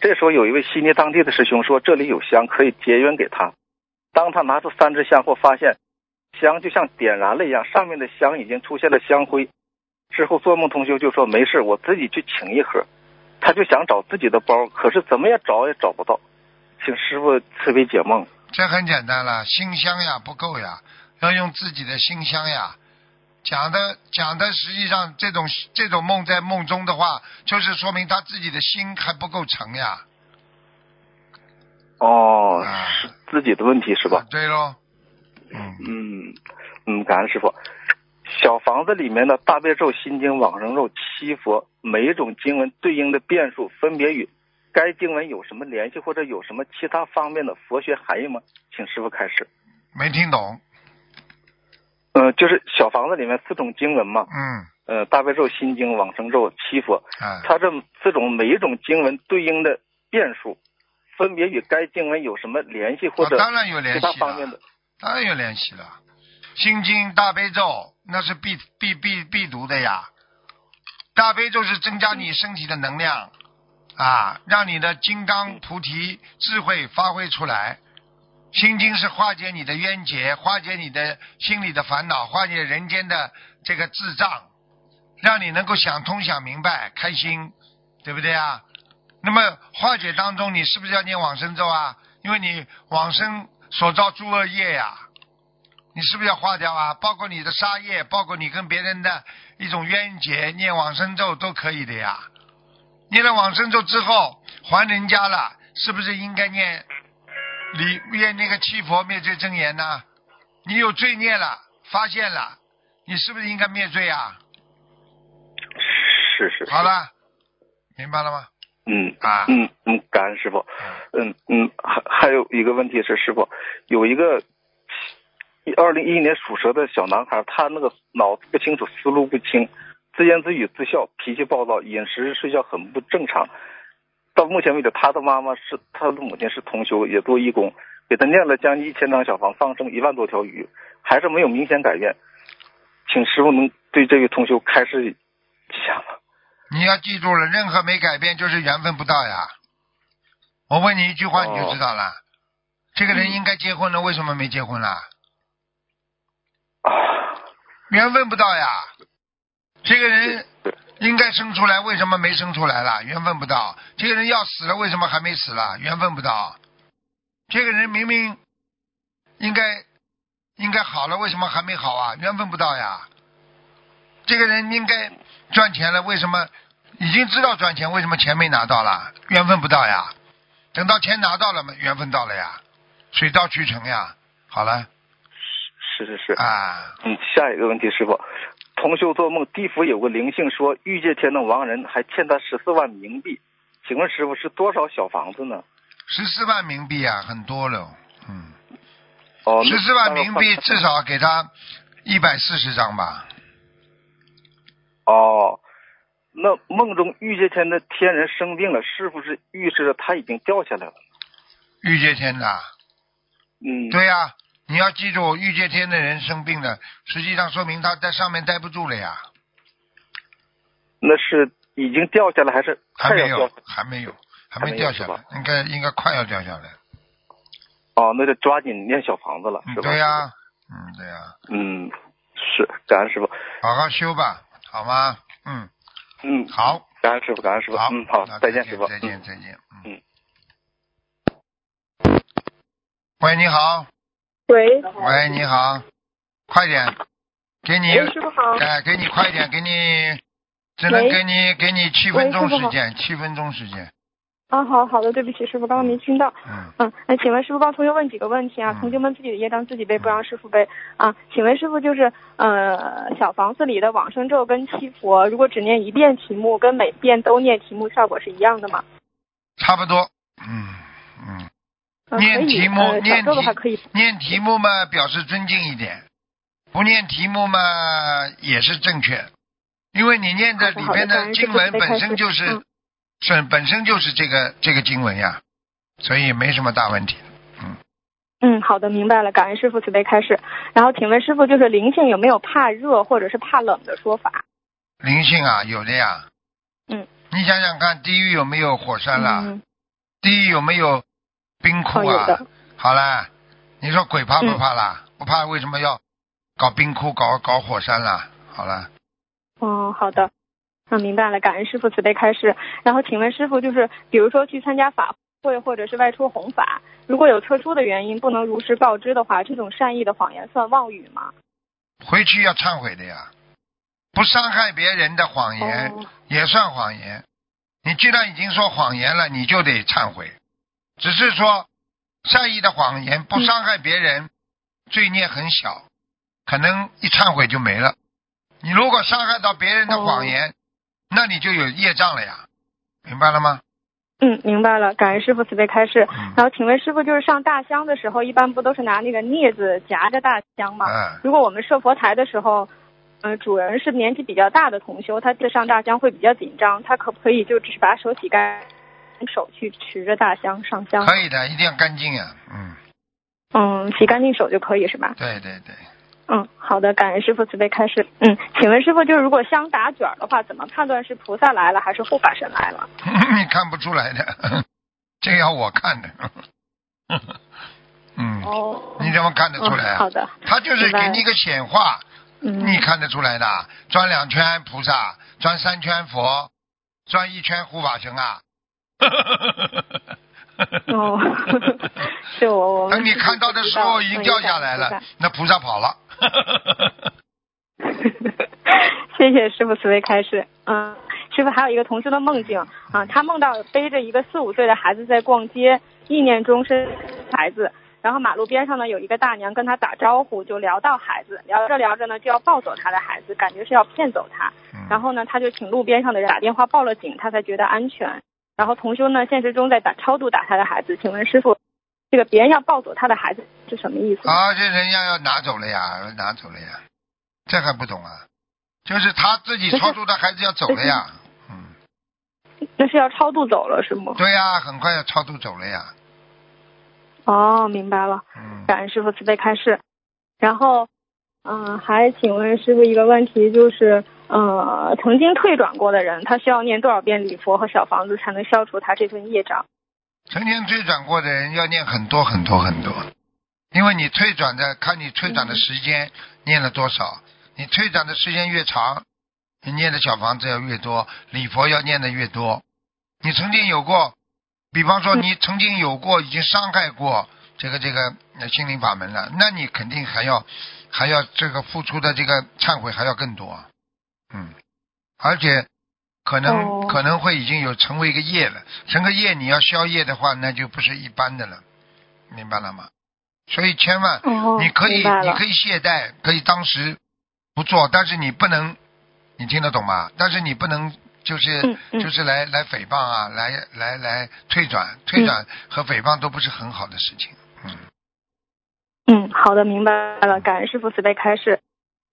[SPEAKER 5] 这时候有一位悉尼当地的师兄说这里有香可以结缘给他。当他拿出三支香后，发现香就像点燃了一样，上面的香已经出现了香灰。之后做梦，同修就说没事，我自己去请一盒。他就想找自己的包，可是怎么也找也找不到。请师傅慈悲解梦。
[SPEAKER 1] 这很简单了，心香呀不够呀，要用自己的心香呀。讲的讲的，实际上这种这种梦在梦中的话，就是说明他自己的心还不够诚呀。
[SPEAKER 5] 哦
[SPEAKER 1] 啊，
[SPEAKER 5] 是自己的问题是吧？
[SPEAKER 1] 对喽，嗯，
[SPEAKER 5] 嗯嗯，感恩师傅。小房子里面的大悲咒、心经、往生咒、七佛，每一种经文对应的变数分别与该经文有什么联系，或者有什么其他方面的佛学含义吗？请师傅开始。
[SPEAKER 1] 没听懂，
[SPEAKER 5] 嗯、就是小房子里面四种经文嘛，
[SPEAKER 1] 嗯，
[SPEAKER 5] 呃，大悲咒、心经、往生咒、七佛，
[SPEAKER 1] 啊，
[SPEAKER 5] 它这四种每一种经文对应的变数，分别与该经文有什么联系，或
[SPEAKER 1] 啊
[SPEAKER 5] 者
[SPEAKER 1] 当然有联
[SPEAKER 5] 其
[SPEAKER 1] 系
[SPEAKER 5] 他方面的
[SPEAKER 1] 了，？当然有联系了。心经、大悲咒那是必必必必读的呀。大悲咒是增加你身体的能量啊，让你的金刚菩提智慧发挥出来。心经是化解你的冤结，化解你的心里的烦恼，化解人间的这个智障，让你能够想通、想明白、开心，对不对啊？那么化解当中，你是不是要念往生咒啊？因为你往生所造诸恶业呀、你是不是要化掉啊？包括你的杀业，包括你跟别人的一种冤结，念往生咒都可以的呀。念了往生咒之后，还人家了，是不是应该念礼念那个七佛灭罪真言呢、你有罪孽了，发现了，你是不是应该灭罪啊？
[SPEAKER 5] 是是。是
[SPEAKER 1] 好。了，明白了吗？
[SPEAKER 5] 嗯
[SPEAKER 1] 啊，
[SPEAKER 5] 嗯嗯，感恩师傅。嗯嗯，还还有一个问题是，师傅有一个二零一一年属蛇的小男孩，他那个脑子不清楚，思路不清，自言自语、自笑，脾气暴躁，饮食睡觉很不正常。到目前为止，他的妈妈是他的母亲是同修，也做义工，给他念了将近一千张小房，放生一万多条鱼，还是没有明显改变。请师傅能对这位同修开示一下吗？
[SPEAKER 1] 你要记住了，任何没改变就是缘分不到呀。我我问你一句话你就
[SPEAKER 5] 哦
[SPEAKER 1] 知道了，这个人应该结婚了，为什么没结婚啦？
[SPEAKER 5] 啊，
[SPEAKER 1] 缘分不到呀。这个人
[SPEAKER 5] 对
[SPEAKER 1] 应该生出来，为什么没生出来啦？缘分不到。这个人要死了，为什么还没死啦？缘分不到。这个人明明应该应该好了，为什么还没好啊？缘分不到呀。这个人应该赚钱了，为什么已经知道赚钱，为什么钱没拿到啦？缘分不到呀。等到钱拿到了嘛，缘分到了呀，水到渠成呀。好了
[SPEAKER 5] 是是是。
[SPEAKER 1] 啊，
[SPEAKER 5] 嗯，下一个问题，师傅，同修做梦，地府有个灵性说欲界天的亡人还欠他十四万冥币，请问师傅是多少小房子呢？
[SPEAKER 1] 十四万冥币啊，很多了，嗯。
[SPEAKER 5] 哦，那
[SPEAKER 1] 十四万
[SPEAKER 5] 那
[SPEAKER 1] 冥币
[SPEAKER 5] 换
[SPEAKER 1] 至少给他一百四十张吧。
[SPEAKER 5] 哦，那梦中玉界天的天人生病了，是不是预示着他已经掉下来了？
[SPEAKER 1] 玉界天的，
[SPEAKER 5] 嗯，
[SPEAKER 1] 对呀、你要记住，玉界天的人生病了，实际上说明他在上面待不住了呀，
[SPEAKER 5] 那是已经掉下来还是
[SPEAKER 1] 还
[SPEAKER 5] 快
[SPEAKER 1] 没
[SPEAKER 5] 要
[SPEAKER 1] 有
[SPEAKER 5] 掉下来？，
[SPEAKER 1] 还没有，还
[SPEAKER 5] 还
[SPEAKER 1] 没
[SPEAKER 5] 没
[SPEAKER 1] 掉
[SPEAKER 5] 有
[SPEAKER 1] 下
[SPEAKER 5] 是
[SPEAKER 1] 来
[SPEAKER 5] 吧，
[SPEAKER 1] 应该应该快要掉下来。
[SPEAKER 5] 哦，那就抓紧念小房子了，
[SPEAKER 1] 嗯
[SPEAKER 5] 是吧？
[SPEAKER 1] 对呀、嗯，对呀、
[SPEAKER 5] 嗯，是感恩师傅，
[SPEAKER 1] 好好修吧，好吗？嗯，
[SPEAKER 5] 嗯，
[SPEAKER 1] 好，
[SPEAKER 5] 感恩师傅，感恩师傅，
[SPEAKER 1] 好，
[SPEAKER 5] 嗯，好
[SPEAKER 1] 那，
[SPEAKER 5] 再
[SPEAKER 1] 见
[SPEAKER 5] 见，师傅，
[SPEAKER 1] 再
[SPEAKER 5] 嗯
[SPEAKER 1] 见，再见。嗯
[SPEAKER 5] 嗯。
[SPEAKER 1] 喂，你好，
[SPEAKER 6] 喂，
[SPEAKER 1] 喂，你好，快点，给你
[SPEAKER 6] 喂，师傅好。
[SPEAKER 1] 哎，给你快一点，给你只能
[SPEAKER 6] 喂
[SPEAKER 1] 给你给你七分钟时间，七分钟时间。
[SPEAKER 6] 啊，好好的，对不起，师傅，刚刚没听到。
[SPEAKER 1] 嗯，
[SPEAKER 6] 嗯，那请问师傅帮同学问几个问题啊
[SPEAKER 1] 嗯？
[SPEAKER 6] 同学们自己的业障自己背，不让师傅背啊。请问师傅就是，呃，小房子里的往生咒跟七佛，如果只念一遍题目，跟每遍都念题目效果是一样的吗？
[SPEAKER 1] 差不多。嗯嗯，
[SPEAKER 6] 嗯，可
[SPEAKER 1] 念
[SPEAKER 6] 以
[SPEAKER 1] 题目
[SPEAKER 6] 呃、小
[SPEAKER 1] 念
[SPEAKER 6] 咒的话
[SPEAKER 1] 题
[SPEAKER 6] 可以。
[SPEAKER 1] 念题目嘛，表示尊敬一点；不念题目嘛，也是正确。因为你念的
[SPEAKER 6] 好的
[SPEAKER 1] 里
[SPEAKER 6] 好的
[SPEAKER 1] 边
[SPEAKER 6] 感恩师
[SPEAKER 1] 经
[SPEAKER 6] 父
[SPEAKER 1] 文
[SPEAKER 6] 慈悲开
[SPEAKER 1] 本
[SPEAKER 6] 示
[SPEAKER 1] 身就是
[SPEAKER 6] 嗯，
[SPEAKER 1] 是本身就是这个这个经文呀，所以没什么大问题。
[SPEAKER 6] 嗯，好的，明白了，感恩师傅慈悲开示。然后请问师傅就是灵性有没有怕热或者是怕冷的说法？
[SPEAKER 1] 灵性啊，有的呀。
[SPEAKER 6] 嗯。
[SPEAKER 1] 你想想看，地狱有没有火山啦、
[SPEAKER 6] 嗯，
[SPEAKER 1] 地狱有没有冰
[SPEAKER 6] 哦
[SPEAKER 1] 窟
[SPEAKER 6] 有
[SPEAKER 1] 啊？
[SPEAKER 6] 的。
[SPEAKER 1] 好啦，你说鬼怕不
[SPEAKER 6] 嗯
[SPEAKER 1] 怕啦？不怕，为什么要搞冰窟、搞搞火山啦？好啦，
[SPEAKER 6] 哦，好的，嗯，明白了，感恩师傅慈悲开示。然后请问师傅，就是比如说去参加法会或者是外出弘法，如果有特殊的原因不能如实告知的话，这种善意的谎言算妄语吗？
[SPEAKER 1] 回去要忏悔的呀。不伤害别人的谎言、
[SPEAKER 6] 哦，
[SPEAKER 1] 也算谎言。你既然已经说谎言了，你就得忏悔。只是说善意的谎言不
[SPEAKER 6] 嗯
[SPEAKER 1] 伤害别人，罪孽很小，可能一忏悔就没了。你如果伤害到别人的
[SPEAKER 6] 哦
[SPEAKER 1] 谎言，那你就有业障了呀，明白了吗？
[SPEAKER 6] 嗯，明白了，感恩师傅慈悲开示。
[SPEAKER 1] 嗯，
[SPEAKER 6] 然后请问师傅，就是上大香的时候，一般不都是拿那个镊子夹着大香吗？
[SPEAKER 1] 嗯
[SPEAKER 6] 如果我们设佛台的时候，呃，主人是年纪比较大的同修，他对上大香会比较紧张，他可不可以就只是把手洗干，用手去持着大香上香？
[SPEAKER 1] 可以的，一定要干净呀。嗯，
[SPEAKER 6] 嗯，洗干净手就可以是吧？
[SPEAKER 1] 对对对，
[SPEAKER 6] 嗯，好的，感恩师傅慈悲开示。嗯，请问师傅，就是如果香打卷儿的话，怎么判断是菩萨来了还是护法神来了？
[SPEAKER 1] 你 看不出来的， 这要我看的。 嗯，
[SPEAKER 6] 哦
[SPEAKER 1] 你怎么看得出来
[SPEAKER 6] 嗯
[SPEAKER 1] 啊
[SPEAKER 6] 好？的，
[SPEAKER 1] 他就是
[SPEAKER 6] 明白
[SPEAKER 1] 给你一个显化，
[SPEAKER 6] 嗯，
[SPEAKER 1] 你看得出来的，转两圈菩萨，转三圈佛，转一圈护法神啊。
[SPEAKER 6] 哦， 是我我们
[SPEAKER 1] 等你
[SPEAKER 6] 自己
[SPEAKER 1] 看到
[SPEAKER 6] 不
[SPEAKER 1] 的
[SPEAKER 6] 知
[SPEAKER 1] 时候
[SPEAKER 6] 道
[SPEAKER 1] 已经
[SPEAKER 6] 嗯
[SPEAKER 1] 掉
[SPEAKER 6] 有感
[SPEAKER 1] 下来
[SPEAKER 6] 有
[SPEAKER 1] 了
[SPEAKER 6] 感，
[SPEAKER 1] 那菩萨跑 了。
[SPEAKER 6] 谢谢师傅慈悲开示。嗯，师傅还有一个同修的梦境
[SPEAKER 1] 嗯
[SPEAKER 6] 啊，他梦到背着一个四五岁的孩子在逛街，意念中是孩子，然后马路边上呢有一个大娘跟他打招呼，就聊到孩子，聊着聊着呢就要抱走他的孩子，感觉是要骗走他，
[SPEAKER 1] 嗯
[SPEAKER 6] 然后呢他就请路边上的人打电话报了警，他才觉得安全。然后同修呢现实中在打超度打他的孩子，请问师傅，这个别人要抱走他的孩子是什么意思呢？
[SPEAKER 1] 啊，这人家要拿走了呀，拿走了呀，这还不懂啊？就是他自己
[SPEAKER 6] 不是
[SPEAKER 1] 操作的孩子要走了呀，嗯，
[SPEAKER 6] 那是要超度走了是吗？
[SPEAKER 1] 对呀，很快要超度走了呀，
[SPEAKER 6] 哦，明白了。
[SPEAKER 1] 嗯，
[SPEAKER 6] 感恩师傅慈悲开示。然后，嗯、还请问师傅一个问题，就是，呃，曾经退转过的人，他需要念多少遍礼佛和小房子才能消除他这份业障？
[SPEAKER 1] 成年退转过的人要念很多很多很多，因为你退转的，看你退转的时间念了多少，你退转的时间越长，你念的小房子要越多，礼佛要念的越多。你曾经有过，比方说你曾经有过已经伤害过这个这个呃心灵法门了，那你肯定还要还要这个付出的这个忏悔还要更多，嗯，而且可能、
[SPEAKER 6] 哦
[SPEAKER 1] 可能会已经有成为一个业了，成个业你要消业的话，那就不是一般的了，明白了吗？所以千万
[SPEAKER 6] 哦
[SPEAKER 1] 你可以，
[SPEAKER 6] 明白
[SPEAKER 1] 你
[SPEAKER 6] 了
[SPEAKER 1] 可以懈怠，可以当时不做，但是你不能，你听得懂吗？但是你不能就是、
[SPEAKER 6] 嗯嗯
[SPEAKER 1] 就是来来诽谤啊，来来来退转，退转和诽谤都不是很好的事情。嗯，
[SPEAKER 6] 嗯，好的，明白了，感恩师傅慈悲开示。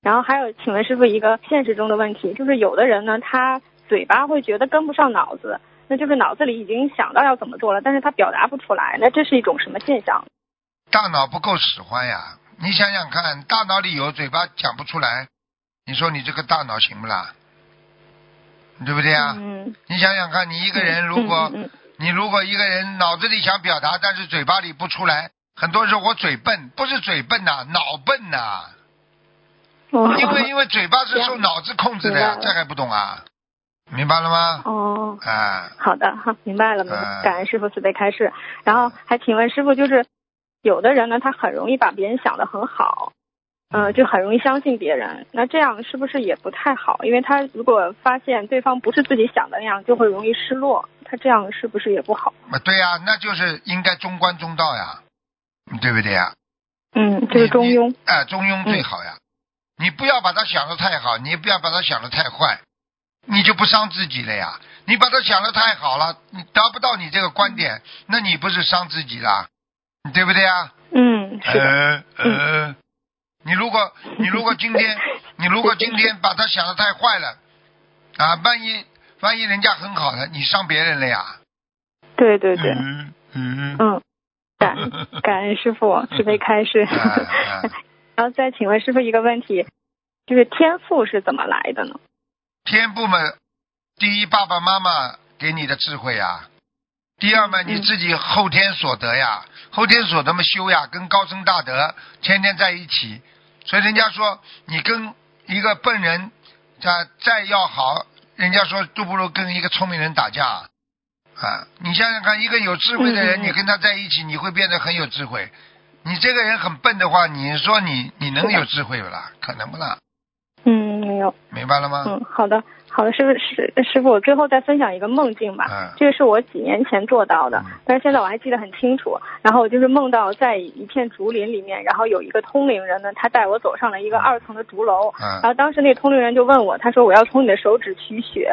[SPEAKER 6] 然后还有，请问师傅一个现实中的问题，就是有的人呢，他嘴巴会觉得跟不上脑子，那就是脑子里已经想到要怎么做了，但是他表达不出来，那这是一种什么现象？
[SPEAKER 1] 大脑不够使唤呀，你想想看，大脑里有，嘴巴讲不出来，你说你这个大脑行不啦？对不对啊？
[SPEAKER 6] 嗯，
[SPEAKER 1] 你想想看，你一个人如果、
[SPEAKER 6] 嗯嗯
[SPEAKER 1] 你如果一个人脑子里想表达，但是嘴巴里不出来，很多时候我嘴笨，不是嘴笨呐、脑笨呐、
[SPEAKER 6] 哦
[SPEAKER 1] 因为因为嘴巴是受脑子控制的呀、
[SPEAKER 6] 明白了
[SPEAKER 1] 这还不懂啊？明白了吗？
[SPEAKER 6] 哦，
[SPEAKER 1] 啊，
[SPEAKER 6] 好的，好，明白了，明白
[SPEAKER 1] 呃
[SPEAKER 6] 感恩师傅慈悲开示。然后还请问师傅，就是有的人呢，他很容易把别人想得很好，嗯、就很容易相信别人。那这样是不是也不太好？因为他如果发现对方不是自己想的那样，就会容易失落。他这样是不是也不好？
[SPEAKER 1] 啊对呀、那就是应该中观中道呀，对不对呀？
[SPEAKER 6] 嗯，就是中庸嗯
[SPEAKER 1] 你。哎、中庸最好呀。你不要把它想的太好，你也不要把它想的太坏，你就不伤自己了呀。你把它想的太好了，你达不到你这个观点，那你不是伤自己啦，对不对呀？
[SPEAKER 6] 嗯，是的，
[SPEAKER 1] 呃呃，你如果你如果今 天你如果今天把它想的太坏了，啊，万一万一人家很好了，你伤别人了呀。
[SPEAKER 6] 对对对，
[SPEAKER 1] 嗯嗯。
[SPEAKER 6] 嗯， 感感恩师傅慈悲开示。
[SPEAKER 1] 啊啊
[SPEAKER 6] 然后再请问师傅一个问题，就是天赋是怎么来的呢？
[SPEAKER 1] 天赋嘛，第一爸爸妈妈给你的智慧呀，第二嘛
[SPEAKER 6] 嗯
[SPEAKER 1] 你自己后天所得呀，后天所得嘛修呀，跟高僧大德天天在一起，所以人家说你跟一个笨人，啊再要好，人家说都不如跟一个聪明人打架啊。你想想看，一个有智慧的人，
[SPEAKER 6] 嗯嗯嗯
[SPEAKER 1] 你跟他在一起，你会变得很有智慧。你这个人很笨的话，你说你你能有智慧不啦？可能不啦，
[SPEAKER 6] 嗯，没有。
[SPEAKER 1] 明白了吗？
[SPEAKER 6] 嗯，好的，好的，师傅师师傅，我最后再分享一个梦境吧。
[SPEAKER 1] 嗯
[SPEAKER 6] 这个是我几年前做到的
[SPEAKER 1] 嗯，
[SPEAKER 6] 但是现在我还记得很清楚。然后我就是梦到在一片竹林里面，然后有一个通灵人呢，他带我走上了一个二层的竹楼。然
[SPEAKER 1] 嗯
[SPEAKER 6] 后当时那个通灵人就问我，他说我要从你的手指取血，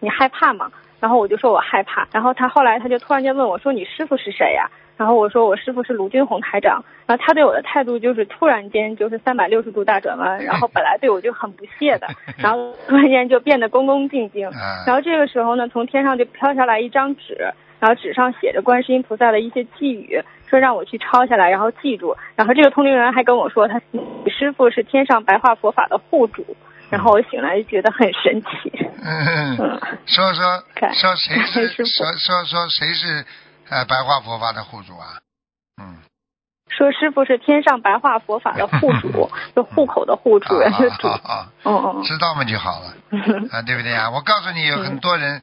[SPEAKER 6] 你害怕吗？然后我就说我害怕。然后他后来他就突然间问我说你师傅是谁呀、然后我说我师傅是卢军红台长。然后他对我的态度就是突然间就是三百六十度大 转弯，然后本来对我就很不屑的，然后突然间就变得恭恭敬敬。
[SPEAKER 1] 嗯。
[SPEAKER 6] 然后这个时候呢，从天上就飘下来一张纸，然后纸上写着观世音菩萨的一些寄语，说让我去抄下来，然后记住。然后这个通灵人还跟我说，他你师傅是天上白话佛法的护主。然后我醒来就觉得很神奇。
[SPEAKER 1] 嗯
[SPEAKER 6] 嗯，
[SPEAKER 1] 说说
[SPEAKER 6] 感
[SPEAKER 1] 说谁是
[SPEAKER 6] 感恩师父
[SPEAKER 1] 说说说谁是呃白话佛法的护主啊？嗯，
[SPEAKER 6] 说师傅是天上白话佛法的护 主，就户口的户主， 就主
[SPEAKER 1] 好好，啊好，
[SPEAKER 6] 嗯
[SPEAKER 1] 知道嘛就好了
[SPEAKER 6] 嗯，
[SPEAKER 1] 啊，对不对啊？我告诉你，有
[SPEAKER 6] 嗯
[SPEAKER 1] 很多人，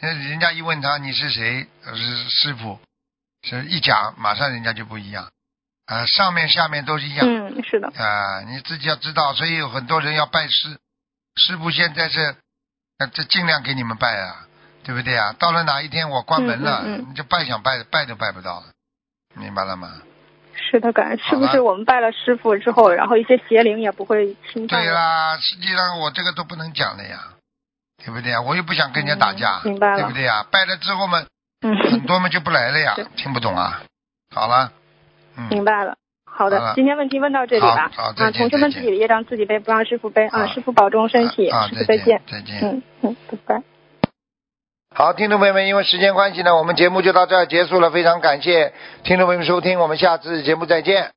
[SPEAKER 1] 呃人家一问他你是谁，呃是师傅，是一讲马上人家就不一样啊，上面下面都是一样
[SPEAKER 6] 嗯，是的，
[SPEAKER 1] 啊，你自己要知道，所以有很多人要拜师，师傅现在是，呃，这尽量给你们拜啊，对不对啊？到了哪一天我关门了，
[SPEAKER 6] 嗯嗯嗯
[SPEAKER 1] 你就拜想拜拜都拜不到了，明白了吗？
[SPEAKER 6] 是的，感恩是不
[SPEAKER 1] 好
[SPEAKER 6] 是
[SPEAKER 1] 了
[SPEAKER 6] 我们拜了师傅之后，然后一些邪灵也不会侵犯
[SPEAKER 1] 对
[SPEAKER 6] 我们？
[SPEAKER 1] 啦，实际上我这个都不能讲的呀，对不对呀？啊我又不想跟人家打架，
[SPEAKER 6] 嗯明白了
[SPEAKER 1] 对不对呀？拜了之后嘛，很
[SPEAKER 6] 嗯，
[SPEAKER 1] 多嘛就不来了呀
[SPEAKER 6] 是，
[SPEAKER 1] 听不懂啊？好了，嗯，
[SPEAKER 6] 明白了。好
[SPEAKER 1] 好了
[SPEAKER 6] 的，今天问题问到这里吧。
[SPEAKER 1] 好好再
[SPEAKER 6] 啊，
[SPEAKER 1] 见
[SPEAKER 6] 同学们自己的业障自己背，不让师傅背啊。
[SPEAKER 1] 好
[SPEAKER 6] 师傅保重身体，
[SPEAKER 1] 啊，
[SPEAKER 6] 师傅再见
[SPEAKER 1] 见。，再见。
[SPEAKER 6] 嗯嗯，拜拜。
[SPEAKER 1] 好，听众朋友们，因为时间关系呢，我们节目就到这儿结束了。非常感谢听众朋友们收听，我们下次节目再见。